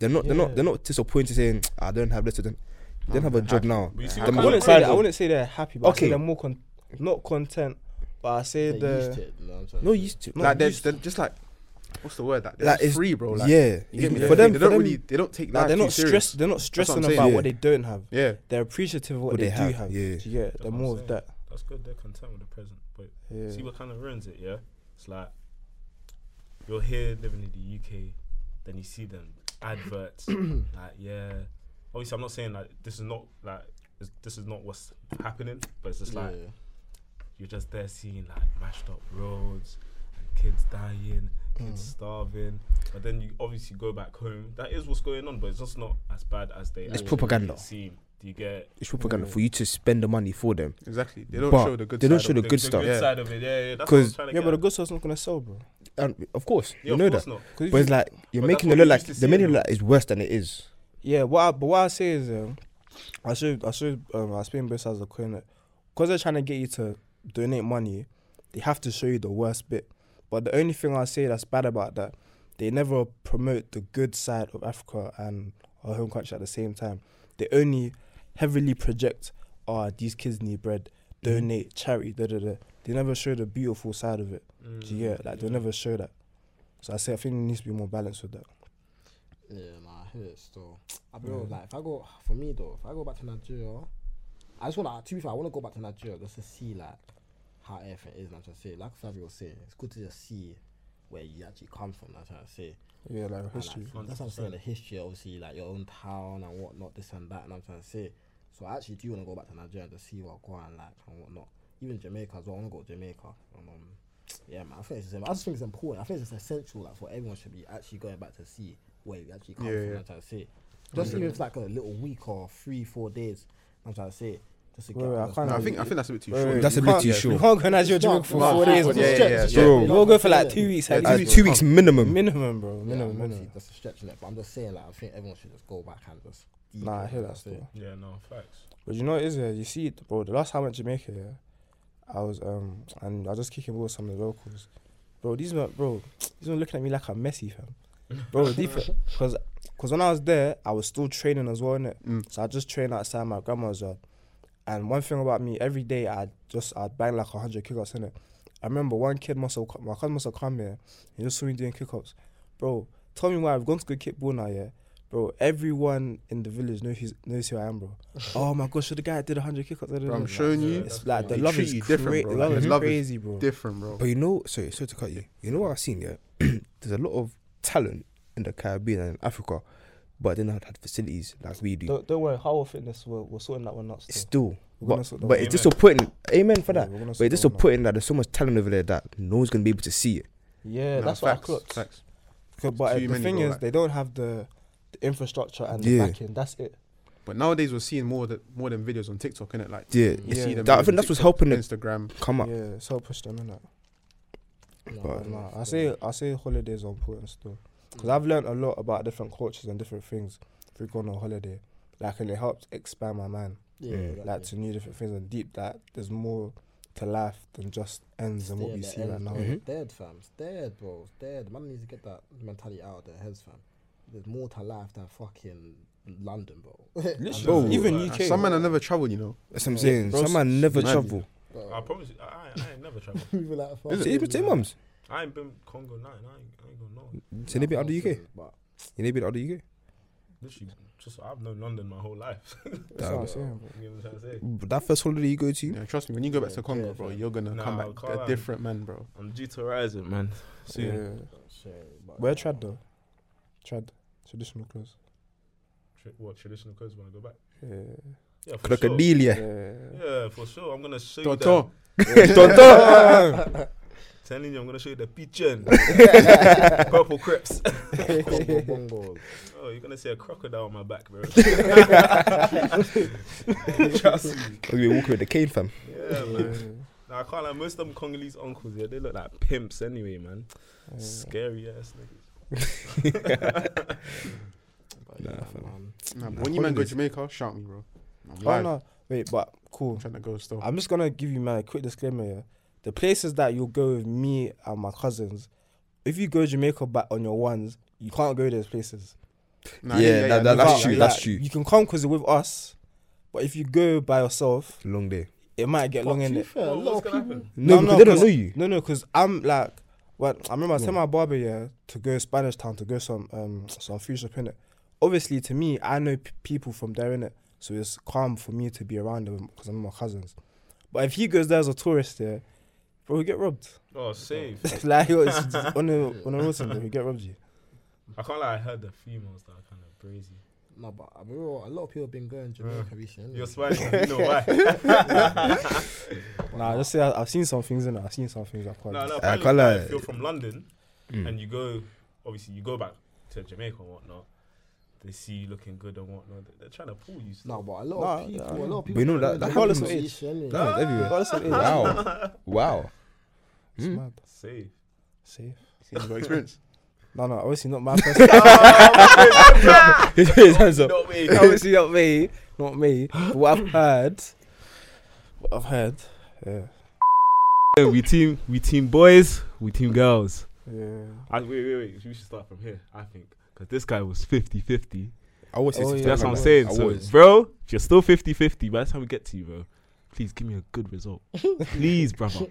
Speaker 2: They're not. They're not. They're not disappointed saying I don't have this. or don't- They don't have a job now.
Speaker 5: But you see
Speaker 2: They're
Speaker 5: what
Speaker 4: I
Speaker 5: kind
Speaker 2: more
Speaker 5: of
Speaker 4: wouldn't say
Speaker 2: proud
Speaker 4: that. I
Speaker 2: of-
Speaker 4: wouldn't say they're happy, but I
Speaker 2: Okay.
Speaker 4: say they're more con- not content. But I say
Speaker 1: They're
Speaker 4: the
Speaker 1: used to it, you know what I'm saying?
Speaker 2: No, used to.
Speaker 3: like they're, they're just like, what's the word? That they're
Speaker 2: Like,
Speaker 3: just
Speaker 2: it's-
Speaker 3: free, bro. Like,
Speaker 2: yeah.
Speaker 3: you get me?
Speaker 2: For them, for
Speaker 3: they don't
Speaker 2: them,
Speaker 3: really, they don't take
Speaker 4: Like
Speaker 3: that.
Speaker 4: they're not
Speaker 3: serious.
Speaker 4: stressed. They're not
Speaker 3: what
Speaker 4: stressing
Speaker 3: I'm saying.
Speaker 4: about
Speaker 2: Yeah.
Speaker 4: what they don't have.
Speaker 3: Yeah,
Speaker 4: They're appreciative of what,
Speaker 2: What
Speaker 4: they,
Speaker 2: they have,
Speaker 4: do have.
Speaker 2: yeah.
Speaker 4: Do you get it?
Speaker 5: That's
Speaker 4: They're
Speaker 5: what I'm
Speaker 4: more of
Speaker 5: saying.
Speaker 4: that.
Speaker 5: That's good. They're content with the present. But
Speaker 4: Yeah.
Speaker 5: see what kind of ruins it. Yeah, it's like you're here living in the UK, then you see them adverts. like yeah, obviously I'm not saying like this is not like it's, this is not what's happening, but it's just
Speaker 1: Yeah.
Speaker 5: like you're just there seeing like mashed up roads and kids dying, kids
Speaker 2: Mm.
Speaker 5: starving. But then you obviously go back home. That is what's going on, but it's just not as bad as they.
Speaker 2: It's
Speaker 5: actually
Speaker 2: propaganda.
Speaker 5: Seem. Do you get
Speaker 2: It's propaganda for you to spend the money for them.
Speaker 3: exactly. They don't
Speaker 2: But
Speaker 3: show the good.
Speaker 2: they don't
Speaker 3: side
Speaker 2: show
Speaker 3: of
Speaker 2: the
Speaker 3: it.
Speaker 2: good stuff.
Speaker 3: Yeah.
Speaker 5: side of it. Yeah, yeah. That's what I was
Speaker 2: 'Cause-
Speaker 5: trying to
Speaker 4: Yeah,
Speaker 5: get
Speaker 4: but the
Speaker 5: at.
Speaker 4: good stuff's not gonna sell, bro.
Speaker 2: And of course,
Speaker 5: Yeah,
Speaker 2: you
Speaker 5: of
Speaker 2: know
Speaker 5: course
Speaker 2: that.
Speaker 5: not.
Speaker 4: 'Cause
Speaker 2: But
Speaker 4: you-
Speaker 2: it's like you're
Speaker 5: But that's
Speaker 2: making
Speaker 5: what
Speaker 2: it look
Speaker 5: we
Speaker 2: like
Speaker 5: used to
Speaker 2: they're
Speaker 5: see,
Speaker 2: making it
Speaker 5: though.
Speaker 2: look like it's worse than it is.
Speaker 4: yeah, what I, but what I say is, um, I should I should um, I spin both sides of the coin. Because they're trying to get you to donate money, they have to show you the worst bit. But the only thing I say that's bad about that, they never promote the good side of Africa and our home country at the same time. They only heavily project, oh, these kids need bread, donate, charity, da da da. They never show the beautiful side of it. Do you get it? Like, they never show that. So I say, I think there needs to be more balance with that.
Speaker 1: Yeah, nah, I hear it still. I be real, like if I go for me though, if I go back to Nigeria, I just wanna to be fair, I wanna go back to Nigeria just to see like how everything is and I'm trying to say, like Flavio was saying, it's good to just see where you actually come from, that's what I'm trying to say.
Speaker 4: Yeah, like
Speaker 1: And,
Speaker 4: history.
Speaker 1: Like, that's what I'm saying, the history obviously like your own town and whatnot, this and that and I'm trying to say. So I actually do wanna go back to Nigeria and just see what go on like and whatnot. Even Jamaica as well, I wanna go to Jamaica. And, um, yeah, man, I think it's I just think it's important. I think it's essential like for everyone should be actually going back to see where you actually come
Speaker 3: Yeah,
Speaker 1: from.
Speaker 3: yeah.
Speaker 1: I'm trying to say. Just even if it's like a little week or three, four days, I'm trying to say. Just to
Speaker 4: Wait, wait, I
Speaker 1: get
Speaker 4: can't-
Speaker 3: No, I think I think that's a bit too
Speaker 4: Wait,
Speaker 3: short.
Speaker 4: wait,
Speaker 2: That's
Speaker 4: you
Speaker 2: a bit
Speaker 4: can't-
Speaker 2: too
Speaker 4: You
Speaker 2: short.
Speaker 4: can't go Nigeria Jamaica for four days.
Speaker 3: Yeah,
Speaker 4: bro.
Speaker 3: yeah, yeah.
Speaker 2: Bro.
Speaker 4: We'll go for like two weeks.
Speaker 3: Yeah,
Speaker 4: at
Speaker 3: two
Speaker 2: Uh,
Speaker 4: least,
Speaker 3: weeks.
Speaker 2: two weeks minimum.
Speaker 4: minimum, bro. Minimum,
Speaker 1: Minimum,
Speaker 4: minimum.
Speaker 1: That's a stretch in it, but I'm just saying, like, I think everyone should just go back and just. deep
Speaker 4: Nah, I
Speaker 1: it,
Speaker 4: hear
Speaker 1: I'm
Speaker 4: that
Speaker 1: trying to
Speaker 4: still.
Speaker 5: Yeah, no facts.
Speaker 4: But you know what it is, yeah? You see, it, bro, the last time I went to Jamaica, yeah, I was, um, and I was just kicking with some of the locals. Bro, these were, bro, these were looking at me like I'm messy, fam. Bro, because cause when I was there, I was still training as well, innit?
Speaker 3: Mm.
Speaker 4: So I just trained outside my grandma's yard. And one thing about me, every day I just, I'd bang like 100 kickups, innit? I remember one kid must have, co- my cousin must have come here and just saw me doing kickups. Bro, tell me why I've gone to go kickball now, yeah? Bro, everyone in the village knows, who's, knows who I am, bro. oh my gosh, so the guy that did 100 kickups. da, da,
Speaker 3: Bro,
Speaker 4: da.
Speaker 3: I'm showing you,
Speaker 4: It's like the
Speaker 3: they
Speaker 4: love
Speaker 3: treat
Speaker 4: is
Speaker 3: you
Speaker 4: different,
Speaker 3: different,
Speaker 4: cra-
Speaker 3: bro.
Speaker 4: the
Speaker 3: Like,
Speaker 4: love
Speaker 3: the
Speaker 4: is
Speaker 3: love is
Speaker 4: crazy, bro.
Speaker 3: different, bro.
Speaker 2: But you know, sorry, sorry to cut you. You know what I've seen, yeah? There's a lot of talent in the Caribbean and in Africa, but they don't have facilities like we do.
Speaker 4: Don't, don't worry, Howell Fitness, we're, we're sorting that one out
Speaker 2: It's
Speaker 4: still.
Speaker 2: Still,
Speaker 4: We're gonna
Speaker 2: but,
Speaker 4: sort that
Speaker 2: but
Speaker 4: one
Speaker 2: it's
Speaker 5: out.
Speaker 2: disappointing. Amen for
Speaker 4: Yeah,
Speaker 2: that.
Speaker 4: we're gonna
Speaker 2: But
Speaker 4: sort
Speaker 2: it's
Speaker 4: that one out.
Speaker 2: disappointing that there's so much talent over there that no one's gonna be able to see it.
Speaker 4: Yeah,
Speaker 3: Nah,
Speaker 4: that's what I
Speaker 3: facts,
Speaker 4: clocked.
Speaker 3: facts.
Speaker 4: Okay, But uh,
Speaker 3: Too
Speaker 4: the
Speaker 3: many,
Speaker 4: thing
Speaker 3: bro,
Speaker 4: is,
Speaker 3: like-
Speaker 4: they don't have the, the infrastructure and the
Speaker 2: Yeah.
Speaker 4: backing. That's it.
Speaker 3: But nowadays we're seeing more than more than videos on TikTok, innit? Like
Speaker 2: Yeah,
Speaker 3: you see
Speaker 4: Yeah.
Speaker 3: them.
Speaker 2: That- I
Speaker 3: videos
Speaker 2: think
Speaker 3: on
Speaker 2: that's what's
Speaker 3: TikTok,
Speaker 2: helping it.
Speaker 3: Instagram.
Speaker 2: come up.
Speaker 4: Yeah, so push them in that.
Speaker 1: say. Nah,
Speaker 2: But-
Speaker 4: Nah,
Speaker 1: nah,
Speaker 4: I Mm.
Speaker 1: still.
Speaker 4: say I say holidays are important still, because I've learned a lot about different cultures and different things through going on holiday. Like, and it helped expand my mind,
Speaker 1: Yeah,
Speaker 2: Mm.
Speaker 1: exactly.
Speaker 4: like to new different things and deep that there's more to life than just ends and what
Speaker 1: Yeah,
Speaker 4: we
Speaker 1: the
Speaker 4: see right
Speaker 1: ends,
Speaker 4: now.
Speaker 1: bro. It's Dead, fam. It's dead, bro. It's dead. Man needs to get that mentality out of their heads, fam. There's more to life than fucking London, bro.
Speaker 4: Literally,
Speaker 2: Bro,
Speaker 4: even
Speaker 5: like,
Speaker 4: UK.
Speaker 3: Some men have never traveled, you know.
Speaker 2: That's what I'm
Speaker 4: Yeah,
Speaker 2: saying.
Speaker 4: bro,
Speaker 2: Some man never
Speaker 3: mad.
Speaker 2: travel.
Speaker 5: I promise. You, I, I ain't never traveled.
Speaker 1: Moving like
Speaker 2: Is it even mums?
Speaker 5: I ain't been Congo nine. I ain't, I ain't gonna know.
Speaker 2: So they be out of the UK.
Speaker 1: But
Speaker 2: You they be out of the UK.
Speaker 5: Literally, just I've known London my whole life. you
Speaker 4: That's what I'm
Speaker 2: Damn.
Speaker 4: saying, bro.
Speaker 5: know what I'm trying to say?
Speaker 2: But That first holiday you go to,
Speaker 3: Yeah, trust me, when you go back
Speaker 1: Yeah,
Speaker 3: to Congo,
Speaker 1: yeah,
Speaker 3: bro,
Speaker 1: fam.
Speaker 3: you're gonna come
Speaker 5: Nah,
Speaker 3: back
Speaker 5: can't
Speaker 3: a
Speaker 5: lie.
Speaker 3: different man, bro.
Speaker 5: I'm due to rise it, man. See,
Speaker 4: Yeah.
Speaker 1: Shit, but-
Speaker 4: Wear trad though. Trad, traditional clothes.
Speaker 5: Tra- what traditional clothes when I go back?
Speaker 4: Yeah.
Speaker 5: Yeah, for sure.
Speaker 2: crocodile.
Speaker 4: Yeah.
Speaker 5: Yeah, for sure. I'm gonna show you
Speaker 3: Don't
Speaker 5: that.
Speaker 3: talk.
Speaker 2: Tonto.
Speaker 5: Telling you, I'm gonna show you the picture. Purple crips.
Speaker 1: Bongo, bongo.
Speaker 5: Oh, you're gonna see a crocodile on my back, bro. Trust me.
Speaker 2: We'll be walking with the cane, fam.
Speaker 5: Yeah, man. Nah, I can't like most of them Congolese uncles. Yeah, they look like pimps anyway, man. Scary ass niggas.
Speaker 1: But yeah,
Speaker 2: Nah, fam.
Speaker 1: man.
Speaker 3: Nah,
Speaker 2: Nah,
Speaker 3: but when you man go
Speaker 2: holidays.
Speaker 3: Jamaica, shout me, bro. I'm
Speaker 4: Oh
Speaker 3: live.
Speaker 4: no, wait, but cool.
Speaker 3: I'm trying to go still.
Speaker 4: I'm just gonna give you man a quick disclaimer here. The places that you'll go with me and my cousins, if you go Jamaica back on your ones, you can't go those places.
Speaker 3: Nah,
Speaker 2: Yeah, that- that-
Speaker 3: you
Speaker 2: that's
Speaker 3: can't.
Speaker 2: true,
Speaker 4: Like,
Speaker 2: that's true.
Speaker 4: You can come because you're with us, but if you go by yourself,
Speaker 2: Long day.
Speaker 4: it might get long
Speaker 1: But
Speaker 4: in
Speaker 1: to be
Speaker 4: it.
Speaker 1: fair, a
Speaker 5: What-
Speaker 1: lot
Speaker 5: what's
Speaker 1: of
Speaker 5: gonna
Speaker 1: people.
Speaker 5: happen?
Speaker 2: No,
Speaker 4: no,
Speaker 2: because they don't
Speaker 4: cause-
Speaker 2: know you.
Speaker 4: No, no, because I'm like, well, I remember I sent my barber yeah to go Spanish Town to go some um some food shop in it. Obviously, to me, I know p- people from there in it, so it's calm for me to be around them because I'm with my cousins. But if he goes there as a tourist, there, bro, we get robbed.
Speaker 5: Oh, safe.
Speaker 4: It's like it's just on the on the road, there, we get robbed. You.
Speaker 5: I can't lie. I heard the females that are kind of brazy.
Speaker 1: No, but I'm real. A lot of people have been going Jamaica recently.
Speaker 5: You're
Speaker 1: innit?
Speaker 5: smiling. You know why?
Speaker 4: Nah, just say I, I've seen some things in it. I've seen some things I quite.
Speaker 5: No, no.
Speaker 4: like.
Speaker 5: apparently,
Speaker 2: can't
Speaker 5: like,
Speaker 2: lie.
Speaker 5: If you're from London and you go, obviously you go back to Jamaica and whatnot, they see you looking good and whatnot. They're, they're trying to pull you.
Speaker 1: No,
Speaker 5: Still.
Speaker 1: but a lot
Speaker 4: Nah,
Speaker 1: of people, a
Speaker 4: yeah.
Speaker 1: lot of
Speaker 2: But
Speaker 1: people.
Speaker 2: you know that- that
Speaker 4: happens-
Speaker 2: That one's everywhere.
Speaker 4: Regardless of age,
Speaker 2: Wow. Wow.
Speaker 4: it's
Speaker 2: Mm.
Speaker 4: mad.
Speaker 5: Safe.
Speaker 4: Safe.
Speaker 3: See, you got experience.
Speaker 4: No, no, obviously not my person.
Speaker 2: His hands up.
Speaker 5: Not me.
Speaker 4: obviously not me, not me. But what I've heard, what I've heard, yeah,
Speaker 5: we team. We team boys. We team girls.
Speaker 4: yeah.
Speaker 5: I, wait, wait, wait. We should start from here, I think. Because this guy was 50 50.
Speaker 2: I was
Speaker 4: Oh,
Speaker 2: 60.
Speaker 4: yeah.
Speaker 5: That's what I'm
Speaker 4: I
Speaker 5: saying.
Speaker 2: I
Speaker 5: so,
Speaker 2: was.
Speaker 5: bro, if you're still 50 50. By the time we get to you, bro, please give me a good result. Please, brother.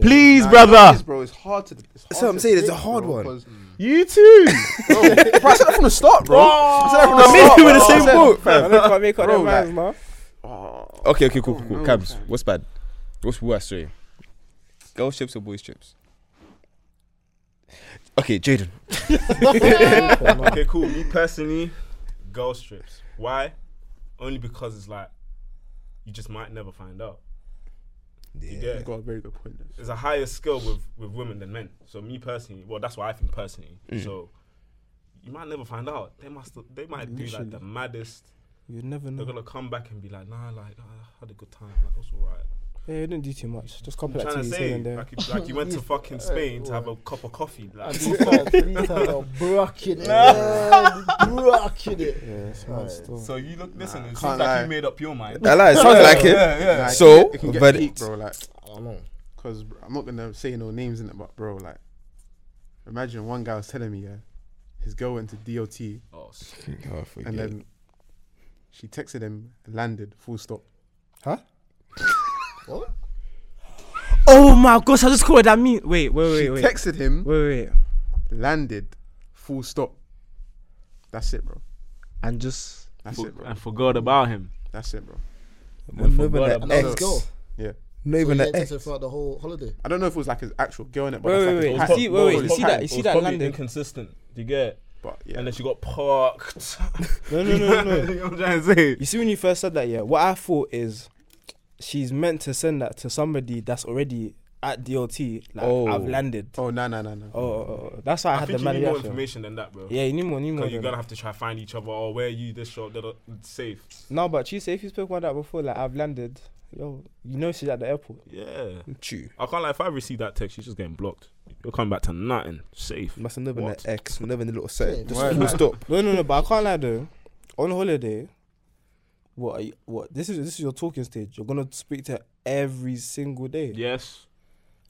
Speaker 5: Please,
Speaker 3: Nah,
Speaker 5: brother.
Speaker 3: it's- Bro, it's hard to. It's hard
Speaker 2: That's what I'm
Speaker 3: to
Speaker 2: saying, it's a
Speaker 3: pick,
Speaker 2: hard
Speaker 3: bro,
Speaker 2: one.
Speaker 3: 'cause-
Speaker 5: You too.
Speaker 3: Bro, bro, I said that from the start, bro. I said that from the
Speaker 2: I mean,
Speaker 3: start.
Speaker 2: we're in the
Speaker 3: bro. I
Speaker 2: same
Speaker 3: said-
Speaker 2: boat,
Speaker 4: I
Speaker 2: fam.
Speaker 4: don't know if I make up their
Speaker 3: Bro,
Speaker 4: minds,
Speaker 3: like-
Speaker 4: man.
Speaker 3: Oh,
Speaker 2: Okay, okay, cool,
Speaker 3: I
Speaker 2: cool,
Speaker 3: don't
Speaker 2: cool.
Speaker 3: know,
Speaker 2: Cabs,
Speaker 3: fam.
Speaker 2: what's bad? What's worse, sorry? Girls' chips or boys' chips? Okay, Jaden.
Speaker 5: okay, cool. Me personally, girl strips. Why? Only because it's like, you just might never find out. You
Speaker 3: You
Speaker 5: get it?
Speaker 3: got a very good point. there.
Speaker 5: There's a higher skill with, with women than men. So, me personally, well, that's what I think personally.
Speaker 3: Mm.
Speaker 5: So, you might never find out. They must. They might do like the maddest.
Speaker 4: You never
Speaker 5: They're
Speaker 4: know.
Speaker 5: gonna come back and be like, nah, like I had a good time. Like that's alright.
Speaker 4: Yeah, you didn't do too much. Just couple
Speaker 5: I'm trying to
Speaker 4: activities here
Speaker 5: say,
Speaker 4: and there.
Speaker 5: like, you- like you went to fucking Spain to have a cup of coffee. Like,
Speaker 1: And these guys, these guys are bracking it. Bracking it.
Speaker 4: Yeah, it's mad still.
Speaker 5: so you look, listen, it
Speaker 3: can't
Speaker 5: seems like
Speaker 3: lie.
Speaker 5: you made up your mind.
Speaker 2: I lie, it sounds like it.
Speaker 5: yeah, yeah.
Speaker 3: Nah, it
Speaker 2: So,
Speaker 3: can get- it can get
Speaker 2: verdict.
Speaker 3: deep, bro. Like,
Speaker 1: I don't know.
Speaker 3: Cause br- I'm not gonna say no names in it, but bro, like, imagine one guy was telling me, yeah, his girl went to DOT
Speaker 5: Oh, shit.
Speaker 2: Oh, forget
Speaker 3: and
Speaker 2: it.
Speaker 3: then she texted him, landed, full stop.
Speaker 4: Huh?
Speaker 1: What?
Speaker 4: Oh my gosh, I just caught what that mean. Wait, wait, wait,
Speaker 3: she
Speaker 4: wait.
Speaker 3: texted him,
Speaker 4: Wait, wait.
Speaker 3: landed, full stop. That's it, bro.
Speaker 4: And just.
Speaker 3: That's it, bro.
Speaker 5: and forgot about him.
Speaker 3: That's it, bro.
Speaker 2: Not even
Speaker 5: forgot
Speaker 2: an
Speaker 5: about
Speaker 1: Let's
Speaker 2: ex.
Speaker 1: go.
Speaker 3: Yeah.
Speaker 2: Not
Speaker 1: So
Speaker 2: even
Speaker 1: you
Speaker 2: an
Speaker 1: had
Speaker 2: ex.
Speaker 1: to throughout the whole holiday.
Speaker 3: I don't know if it was like his actual girl in it, but
Speaker 4: Wait,
Speaker 3: that's
Speaker 4: wait, wait,
Speaker 3: like his
Speaker 4: You
Speaker 3: pattern.
Speaker 4: see- wait, wait,
Speaker 5: It was
Speaker 4: you see that-
Speaker 5: probably-
Speaker 4: you
Speaker 5: it
Speaker 4: see
Speaker 5: was
Speaker 4: that
Speaker 5: probably
Speaker 4: landing?
Speaker 5: inconsistent. Do you get?
Speaker 3: But yeah,
Speaker 5: And then she got parked.
Speaker 4: No, no, no, no.
Speaker 5: you know what I'm trying to say?
Speaker 4: You see, when you first said that, yeah, what I thought is she's meant to send that to somebody that's already at DOT. Like,
Speaker 2: Oh.
Speaker 4: I've landed. Oh,
Speaker 3: oh no, no, no, no.
Speaker 4: oh, oh. that's why I,
Speaker 5: I,
Speaker 4: had the
Speaker 5: think you need
Speaker 4: man
Speaker 5: more
Speaker 4: reaction.
Speaker 5: information than that, bro.
Speaker 4: Yeah, you need more, you need more.
Speaker 5: Because you're
Speaker 4: than
Speaker 5: gonna
Speaker 4: that.
Speaker 5: have to try find each other. Or where are you? This shop, that that- it's safe.
Speaker 4: No, but she said if you spoke about that before, like I've landed, yo, you know she's at the airport.
Speaker 5: Yeah.
Speaker 2: Chew.
Speaker 5: I can't lie. If I receive that text, she's just getting blocked. You're coming back to nothing. Safe.
Speaker 2: Must have never been an
Speaker 5: What?
Speaker 2: ex. Never in a little set.
Speaker 1: Yeah,
Speaker 2: Just
Speaker 1: why
Speaker 2: full
Speaker 1: not?
Speaker 2: stop.
Speaker 4: No, no, no, but I can't lie though. On holiday, what? Are you, what? This is this is your talking stage. You're gonna speak to her every single day.
Speaker 5: Yes.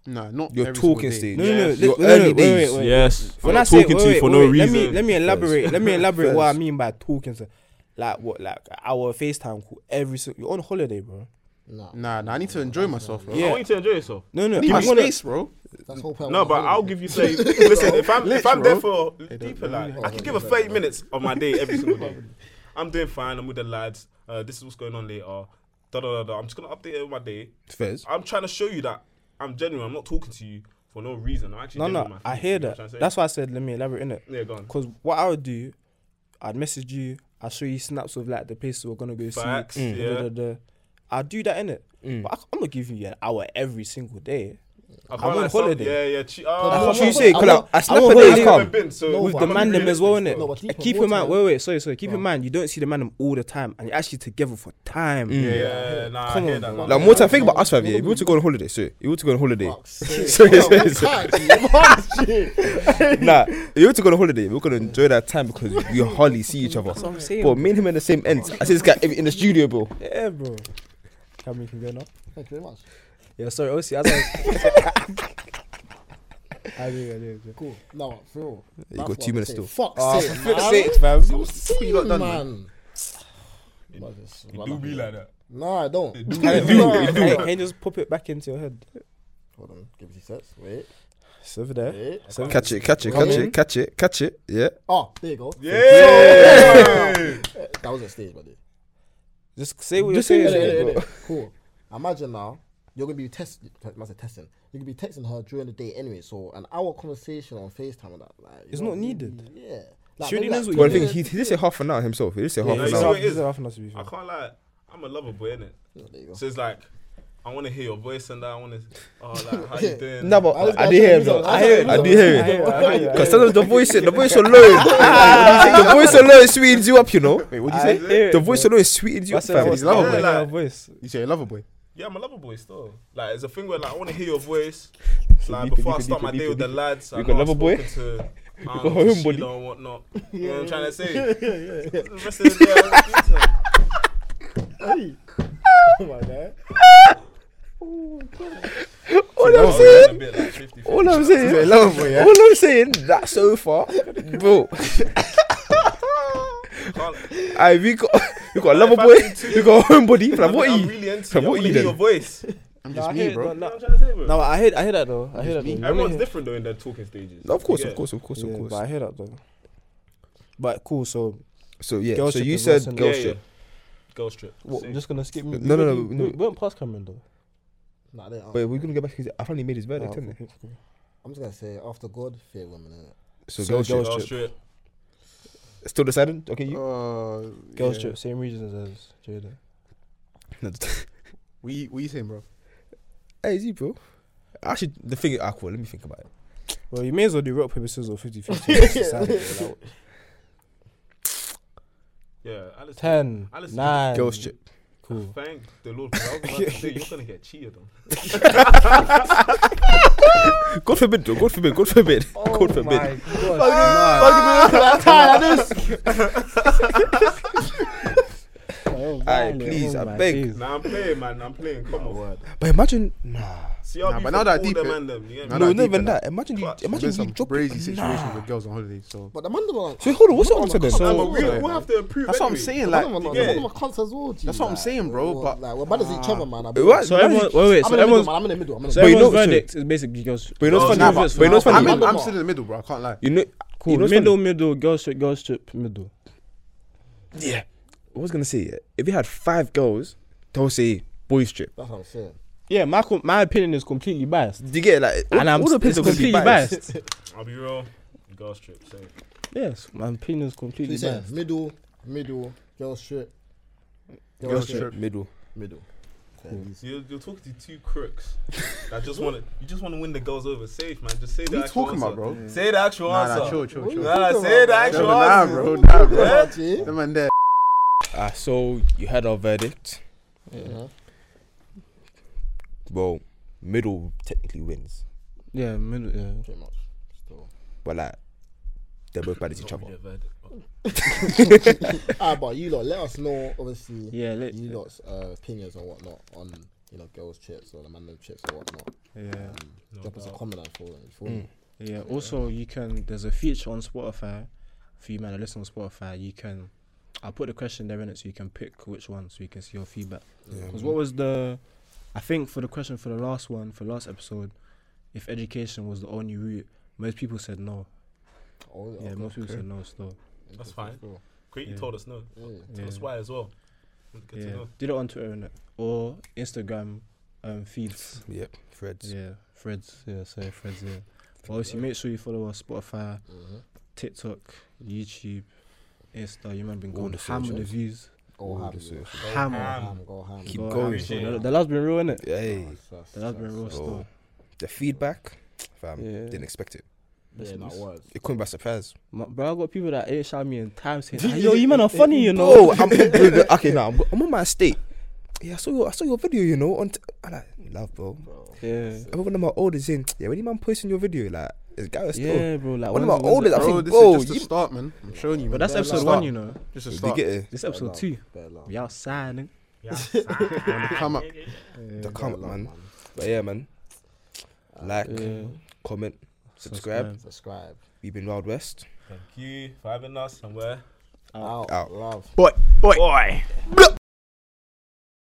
Speaker 3: no, not
Speaker 2: Your
Speaker 3: every single
Speaker 2: talking
Speaker 3: day.
Speaker 2: stage.
Speaker 4: No, no, no.
Speaker 2: Your
Speaker 4: let- no, no,
Speaker 2: early
Speaker 4: wait, wait,
Speaker 2: days.
Speaker 4: wait.
Speaker 5: Yes.
Speaker 4: When I say
Speaker 5: talking
Speaker 4: wait,
Speaker 5: to
Speaker 4: wait,
Speaker 5: you for
Speaker 4: wait,
Speaker 5: no
Speaker 4: wait,
Speaker 5: reason.
Speaker 4: let me let me elaborate. let me elaborate what I
Speaker 2: First.
Speaker 4: mean by talking to, like what, like our FaceTime call every. So, you're on holiday, bro.
Speaker 1: Nah.
Speaker 3: Nah, nah. I need to enjoy myself, bro.
Speaker 5: I
Speaker 4: Yeah.
Speaker 5: want you to enjoy yourself.
Speaker 4: No, no,
Speaker 3: Leave my
Speaker 4: I'm gonna-
Speaker 3: space, bro.
Speaker 1: That's whole
Speaker 4: Oh,
Speaker 1: point.
Speaker 5: No, but I'll give you say. Listen, if I'm if I'm there for deeper,
Speaker 3: don't
Speaker 5: like
Speaker 3: really
Speaker 5: I can give her thirty minutes of my day every single day. I'm doing fine. I'm with the lads. Uh, this is what's going on later. Da da da da. I'm just gonna update you on my day.
Speaker 2: Fez.
Speaker 5: I'm trying to show you that I'm genuine. I'm not talking to you for no reason. I'm actually
Speaker 4: No,
Speaker 5: genuine with
Speaker 4: no,
Speaker 5: my
Speaker 4: I
Speaker 5: feelings,
Speaker 4: hear
Speaker 5: you know
Speaker 4: that.
Speaker 5: what I'm trying to
Speaker 4: That's
Speaker 5: say?
Speaker 4: why I said let me elaborate in it.
Speaker 5: yeah, go on.
Speaker 4: Because what I would do, I'd message you, I'd show you snaps of like the places we're gonna go
Speaker 5: Facts,
Speaker 4: see. Mm.
Speaker 5: yeah.
Speaker 4: da, da, da. I'd do that in it. But I, am gonna give you an hour every single day.
Speaker 5: I
Speaker 4: I'm on holiday.
Speaker 5: Some, yeah, yeah. Che-
Speaker 1: That's what
Speaker 5: oh,
Speaker 2: That's
Speaker 1: you
Speaker 2: what you
Speaker 1: I'm on-
Speaker 2: say. Call
Speaker 1: I'm
Speaker 2: out. I
Speaker 1: on-
Speaker 2: snap
Speaker 4: I'm
Speaker 2: a
Speaker 4: on
Speaker 2: day
Speaker 5: I've
Speaker 4: holiday.
Speaker 5: never
Speaker 2: come.
Speaker 5: been, so
Speaker 1: No,
Speaker 4: With
Speaker 1: but
Speaker 4: the
Speaker 1: I'm
Speaker 4: man them as well, innit?
Speaker 1: No, but keep
Speaker 4: Uh,
Speaker 1: on
Speaker 4: keep him out.
Speaker 1: water.
Speaker 4: Wait, wait. Sorry, sorry. Keep in mind, you don't see the man them all the time, and you're actually together for time.
Speaker 5: Yeah, yeah, nah, I
Speaker 4: Come
Speaker 5: hear
Speaker 4: on,
Speaker 5: that.
Speaker 4: bro.
Speaker 5: man.
Speaker 2: Like more time. Think about us, fam. Yeah, if we were to go on holiday, so you were to go on holiday.
Speaker 1: Fuck's sake.
Speaker 2: Sorry,
Speaker 1: Oh,
Speaker 2: sorry,
Speaker 1: I'm
Speaker 2: sorry.
Speaker 1: tired, fuck, shit.
Speaker 2: Nah, if we were to go on holiday. We're gonna enjoy that time because we hardly see each other.
Speaker 4: That's what I'm saying.
Speaker 2: But me and him in the same ends. I see this guy in in the studio, bro.
Speaker 4: Yeah, bro. Camera, you can go now.
Speaker 1: Thank you very much.
Speaker 4: Yeah, sorry. Obviously, as I. I do, I do, I do.
Speaker 1: Cool. No, for real.
Speaker 2: You
Speaker 1: That's
Speaker 2: got
Speaker 1: what
Speaker 2: two
Speaker 1: I'm
Speaker 2: minutes
Speaker 1: saying.
Speaker 2: still.
Speaker 1: Fuck's
Speaker 5: Ah,
Speaker 4: Oh,
Speaker 1: sake,
Speaker 4: for fuck's
Speaker 1: man.
Speaker 4: sake, fam.
Speaker 1: I'm
Speaker 3: you lot
Speaker 1: saying,
Speaker 3: done,
Speaker 1: man.
Speaker 5: It do be like that.
Speaker 1: No, I don't.
Speaker 5: It do
Speaker 4: Can
Speaker 5: be
Speaker 4: you,
Speaker 5: like
Speaker 1: Nah.
Speaker 5: that.
Speaker 4: can you- can you just pop it back into your head?
Speaker 1: Hold on, give me two sets. Wait,
Speaker 4: It's over there.
Speaker 1: wait.
Speaker 4: It's over
Speaker 2: Catch it, catch it,
Speaker 1: Come
Speaker 2: catch
Speaker 1: in.
Speaker 2: it, catch it, catch it. Yeah.
Speaker 1: Oh, there you go.
Speaker 5: Yeah.
Speaker 1: That was a stage, buddy.
Speaker 4: Just say what
Speaker 2: Just
Speaker 4: you're
Speaker 2: say
Speaker 4: saying.
Speaker 2: it,
Speaker 4: bro.
Speaker 2: bro.
Speaker 1: Cool. Imagine now you're gonna be testing. Must testing. You're gonna be texting her during the day anyway. So an hour conversation on Facetime and that. Like, you
Speaker 4: It's
Speaker 1: know,
Speaker 4: not needed.
Speaker 1: Yeah.
Speaker 4: She already
Speaker 1: maybe
Speaker 4: knows what
Speaker 2: Well,
Speaker 4: you
Speaker 2: I
Speaker 4: do.
Speaker 2: think he, he did say half an hour himself. He did say half
Speaker 5: Yeah,
Speaker 2: an
Speaker 5: you
Speaker 2: hour.
Speaker 5: see what it
Speaker 4: This
Speaker 5: is?
Speaker 4: is half an hour to be
Speaker 5: I
Speaker 4: fair.
Speaker 5: can't lie. I'm a lover boy, innit?
Speaker 1: There you go.
Speaker 5: So it's like, I want to hear your voice and that. I want to, oh, like, how you doing?
Speaker 2: No,
Speaker 1: I was
Speaker 2: but I
Speaker 1: about to
Speaker 2: did hear
Speaker 1: use
Speaker 2: him.
Speaker 1: it.
Speaker 2: though.
Speaker 1: I
Speaker 2: I
Speaker 1: was
Speaker 2: hear it.
Speaker 1: about
Speaker 2: I
Speaker 1: to
Speaker 2: did hear it. Because sometimes the voice, the voice alone, the voice alone sweetens you up. You know,
Speaker 3: Wait, what do you
Speaker 4: I
Speaker 3: say?
Speaker 4: hear it,
Speaker 2: the voice
Speaker 4: bro.
Speaker 2: alone sweetens you up.
Speaker 4: That's what I
Speaker 2: fam.
Speaker 4: was
Speaker 3: He's lovable.
Speaker 4: thinking,
Speaker 5: Yeah,
Speaker 4: like,
Speaker 5: like-
Speaker 4: voice.
Speaker 3: You say a lover boy.
Speaker 5: Yeah, I'm a lover boy still. Like, it's a thing where like, I want to hear your voice.
Speaker 2: So
Speaker 5: Like,
Speaker 2: deep,
Speaker 5: before I
Speaker 2: deep,
Speaker 5: start
Speaker 2: deep,
Speaker 5: my
Speaker 2: deep,
Speaker 5: day with the
Speaker 2: deep.
Speaker 5: lads, I
Speaker 2: You
Speaker 5: know
Speaker 2: got
Speaker 5: I've
Speaker 2: lover boy?
Speaker 5: spoken to, I
Speaker 2: got
Speaker 5: don't know, to
Speaker 2: homebody?
Speaker 5: Sheila and whatnot. You know what I'm trying to say? The rest of the day, I don't speak to her.
Speaker 2: All I'm
Speaker 5: I was
Speaker 2: saying,
Speaker 5: in a bit, like, 50,
Speaker 2: all I'm
Speaker 3: You
Speaker 2: saying,
Speaker 3: say a lover boy, yeah?
Speaker 2: all I'm saying, that so far, bro.
Speaker 5: Can't-
Speaker 2: I we got we got a lover
Speaker 5: if I
Speaker 2: boy,
Speaker 5: think too-
Speaker 2: we got a homebody. Fam, what
Speaker 5: I'm
Speaker 2: are you?
Speaker 5: really into
Speaker 2: Fam,
Speaker 5: you. I
Speaker 2: what
Speaker 5: wanna
Speaker 2: you
Speaker 5: hear
Speaker 2: then?
Speaker 5: your voice. You
Speaker 3: I'm
Speaker 4: No,
Speaker 3: just
Speaker 4: I
Speaker 3: me,
Speaker 4: hear-
Speaker 3: bro.
Speaker 5: know what
Speaker 4: no, no.
Speaker 5: I'm trying to say, bro?
Speaker 4: No, I hear, I hear that though. I hear that. Though. You
Speaker 5: Everyone's
Speaker 4: know-
Speaker 5: different though in their talking stages.
Speaker 2: No, Of course,
Speaker 5: Yeah.
Speaker 2: of course, of course, of
Speaker 4: Yeah,
Speaker 2: course.
Speaker 4: But I hear that though. But cool. So
Speaker 2: So yeah,
Speaker 4: Girl
Speaker 2: so
Speaker 4: ship
Speaker 2: you
Speaker 4: as well,
Speaker 2: said
Speaker 4: so-
Speaker 2: girl
Speaker 5: yeah,
Speaker 2: ship.
Speaker 5: Yeah. Girl strip.
Speaker 4: what,
Speaker 5: See.
Speaker 4: I'm just gonna skip.
Speaker 2: No, no, no,
Speaker 4: We,
Speaker 2: no.
Speaker 4: we went past Cameron though.
Speaker 1: Nah, they aren't.
Speaker 2: But we're gonna get back to I finally made his verdict,
Speaker 4: Oh,
Speaker 2: didn't
Speaker 4: okay, okay.
Speaker 1: I'm just gonna say after God, fear women. Innit?
Speaker 2: it? So,
Speaker 4: So
Speaker 2: girl
Speaker 4: girl
Speaker 2: ship.
Speaker 4: ship.
Speaker 5: Girl
Speaker 4: strip.
Speaker 5: strip.
Speaker 2: Still decided? Okay, you.
Speaker 3: Uh,
Speaker 4: Girls
Speaker 3: yeah.
Speaker 4: trip, same regions as Jada.
Speaker 3: We what you saying, bro?
Speaker 2: hey, is you, bro? Actually, the thing is, ah, cool, let me think about it.
Speaker 4: Well, you may as well do rock paper scissors or 50-50.
Speaker 5: Yeah, Alice.
Speaker 4: Ten,
Speaker 5: Alice-
Speaker 4: nine.
Speaker 2: Girl strip.
Speaker 4: Cool.
Speaker 5: Thank the Lord. 'cause I was about to say, you're gonna get cheated on.
Speaker 2: God forbid, though. God forbid. God forbid.
Speaker 4: Oh
Speaker 2: God forbid. Aye, please, I beg.
Speaker 5: Nah, I'm playing, man. I'm playing. Come on.
Speaker 2: But imagine, nah.
Speaker 5: See how
Speaker 3: Nah,
Speaker 5: nah,
Speaker 3: but now that deep
Speaker 5: deep.
Speaker 3: it-
Speaker 5: Man, them, you get
Speaker 3: Nah,
Speaker 2: no,
Speaker 5: me?
Speaker 3: nah,
Speaker 2: not
Speaker 3: deep
Speaker 2: even
Speaker 3: in
Speaker 2: that. Imagine you.
Speaker 5: Clutch.
Speaker 2: Imagine
Speaker 3: There's
Speaker 2: you
Speaker 3: some
Speaker 2: drop
Speaker 3: crazy
Speaker 2: it. Nah.
Speaker 3: situations with girls on holiday. So
Speaker 1: But the man, them are-
Speaker 2: So hold on. What's the answer then?
Speaker 1: So-
Speaker 5: Nah,
Speaker 2: So
Speaker 5: but we,
Speaker 3: Sorry,
Speaker 5: we'll
Speaker 3: man.
Speaker 5: have to improve.
Speaker 3: that's what I'm
Speaker 5: anyway.
Speaker 3: saying.
Speaker 1: the
Speaker 3: Like,
Speaker 1: man them are-
Speaker 5: yeah.
Speaker 1: the man them are cunts as well. G,
Speaker 3: That's what I'm
Speaker 1: like,
Speaker 3: saying, bro,
Speaker 1: we're-
Speaker 3: but-
Speaker 1: like, we're bad as each other, man. I believe.
Speaker 2: what?
Speaker 4: So everyone, wait, wait.
Speaker 1: I'm
Speaker 4: So
Speaker 1: in the middle,
Speaker 4: everyone's,
Speaker 1: man. I'm in the middle. I'm in the
Speaker 4: so
Speaker 2: But
Speaker 1: middle.
Speaker 2: you
Speaker 4: everyone's
Speaker 2: know-
Speaker 4: verdict is basically girls.
Speaker 2: but you know
Speaker 5: No,
Speaker 2: what's
Speaker 5: nah,
Speaker 2: funny?
Speaker 5: but-
Speaker 2: But you know what's
Speaker 3: I'm,
Speaker 2: funny?
Speaker 3: in, I'm
Speaker 1: Middle.
Speaker 3: still in the middle, bro. I can't lie.
Speaker 2: You know,
Speaker 4: Cool.
Speaker 2: You know what's
Speaker 4: middle,
Speaker 2: funny?
Speaker 4: middle, girl strip, girl strip, middle.
Speaker 2: Yeah. I was gonna say yeah. If you had five girls, they'll say boy strip.
Speaker 1: That's what I'm saying.
Speaker 4: Yeah, my com- my opinion is completely biased,
Speaker 2: Do you get it? like?
Speaker 4: and I'm
Speaker 2: all the
Speaker 4: it's
Speaker 2: people are gonna
Speaker 4: completely
Speaker 2: be biased.
Speaker 4: biased.
Speaker 5: I'll be real. Girl strip. So.
Speaker 4: yes, my opinion is
Speaker 1: So
Speaker 4: completely
Speaker 1: you saying
Speaker 4: biased.
Speaker 1: middle, middle, girl strip, girl,
Speaker 3: Girl
Speaker 1: strip,
Speaker 3: strip.
Speaker 2: Middle.
Speaker 1: middle.
Speaker 5: So you're, you're talking to two crooks that just want to. You just want to win the girls over. Safe, man. Just say the
Speaker 3: What are you
Speaker 5: actual
Speaker 3: talking about,
Speaker 5: answer.
Speaker 3: bro?
Speaker 5: Say the actual
Speaker 3: Nah,
Speaker 5: answer.
Speaker 3: nah, chill, chill, chill.
Speaker 5: Nah, say the actual
Speaker 3: Nah, nah,
Speaker 5: answer.
Speaker 3: bro, nah, bro.
Speaker 5: Yeah?
Speaker 1: G.
Speaker 3: The man there.
Speaker 2: Ah, so you had our verdict.
Speaker 1: Yeah.
Speaker 2: Well, middle technically wins,
Speaker 4: Yeah, middle. Yeah.
Speaker 1: Pretty much. Still.
Speaker 2: but like they're both bad as each
Speaker 5: Not
Speaker 2: other.
Speaker 5: really a verdict.
Speaker 1: Ah, but you lot, let us know. Obviously,
Speaker 4: Yeah, let-
Speaker 1: you lot's uh, opinions and whatnot on you know girls' chips or the man them chips or whatnot.
Speaker 4: Yeah.
Speaker 1: Um, drop us a
Speaker 5: doubt.
Speaker 1: comment and for them. For them.
Speaker 4: Yeah. Also, you can. There's a feature on Spotify for you, man. To listen on Spotify, you can. I'll put the question there in it, so you can pick which one, so you can see your feedback. Because what was the? I think for the question for the last one, for the last episode, if education was the only route, most people said no.
Speaker 1: Oh,
Speaker 4: yeah,
Speaker 1: okay.
Speaker 4: most people said no. Still.
Speaker 5: That's fine.
Speaker 1: Cool.
Speaker 5: Great, you
Speaker 4: Yeah.
Speaker 5: told us no.
Speaker 1: Yeah.
Speaker 5: Tell us
Speaker 4: Yeah.
Speaker 5: why as well. Good to
Speaker 4: yeah.
Speaker 5: know.
Speaker 4: Did it on Twitter innit? or Instagram um, feeds.
Speaker 2: Yep, Fred's.
Speaker 4: Yeah, Freds. Yeah, sorry, Freds. Yeah. But obviously, make sure you follow us Spotify,
Speaker 1: Mhm.
Speaker 4: TikTok, YouTube, Insta. You might have been
Speaker 2: All
Speaker 4: going
Speaker 2: the
Speaker 4: ham with the
Speaker 2: socials.
Speaker 4: views.
Speaker 1: Go
Speaker 2: Ooh,
Speaker 1: ham,
Speaker 2: this
Speaker 1: yeah.
Speaker 2: is-
Speaker 1: Go
Speaker 4: Ham.
Speaker 1: ham, go ham.
Speaker 2: Keep
Speaker 4: Go
Speaker 2: going.
Speaker 4: ham. So The, the last been real, innit?
Speaker 2: Hey,
Speaker 1: That's- that's-
Speaker 4: The last been real
Speaker 1: that's-
Speaker 4: still.
Speaker 2: The feedback, fam,
Speaker 4: Yeah.
Speaker 2: didn't expect it.
Speaker 1: Yeah, not words.
Speaker 2: It came by surprise.
Speaker 4: My, bro, I got people that ain't shout me in time saying, "Ah, "Yo, you man are funny, you
Speaker 2: Oh,
Speaker 4: know."
Speaker 2: I'm okay now. I'm, I'm on my estate. Yeah, I saw your I saw your video, you know. On t- I like love, bro.
Speaker 4: Yeah,
Speaker 2: Everyone of my oldest saying, yeah, when you man posting your video, like it's guy still.
Speaker 4: yeah, bro. Like
Speaker 2: One of
Speaker 4: when's-
Speaker 2: my
Speaker 4: when's
Speaker 2: oldest,
Speaker 4: it-
Speaker 2: I
Speaker 3: Bro,
Speaker 2: think,
Speaker 3: this is
Speaker 2: bro,
Speaker 3: just a
Speaker 2: you-
Speaker 3: start, man. I'm showing you.
Speaker 4: But
Speaker 3: man.
Speaker 4: that's
Speaker 1: Better
Speaker 4: episode
Speaker 1: laugh.
Speaker 4: one, you know.
Speaker 3: Just a
Speaker 2: Did
Speaker 3: start.
Speaker 2: you get it?
Speaker 4: This episode
Speaker 1: laugh.
Speaker 4: two.
Speaker 1: Better laugh.
Speaker 4: We outside, nigga.
Speaker 5: Yeah.
Speaker 3: The come up.
Speaker 2: The comment, man. But yeah, man. Like,
Speaker 4: Yeah.
Speaker 2: comment, subscribe.
Speaker 1: Uh, Subscribe.
Speaker 2: We've been Wild West.
Speaker 5: Thank you for having us somewhere.
Speaker 1: Out.
Speaker 2: Out.
Speaker 1: Love.
Speaker 3: Boy, boy.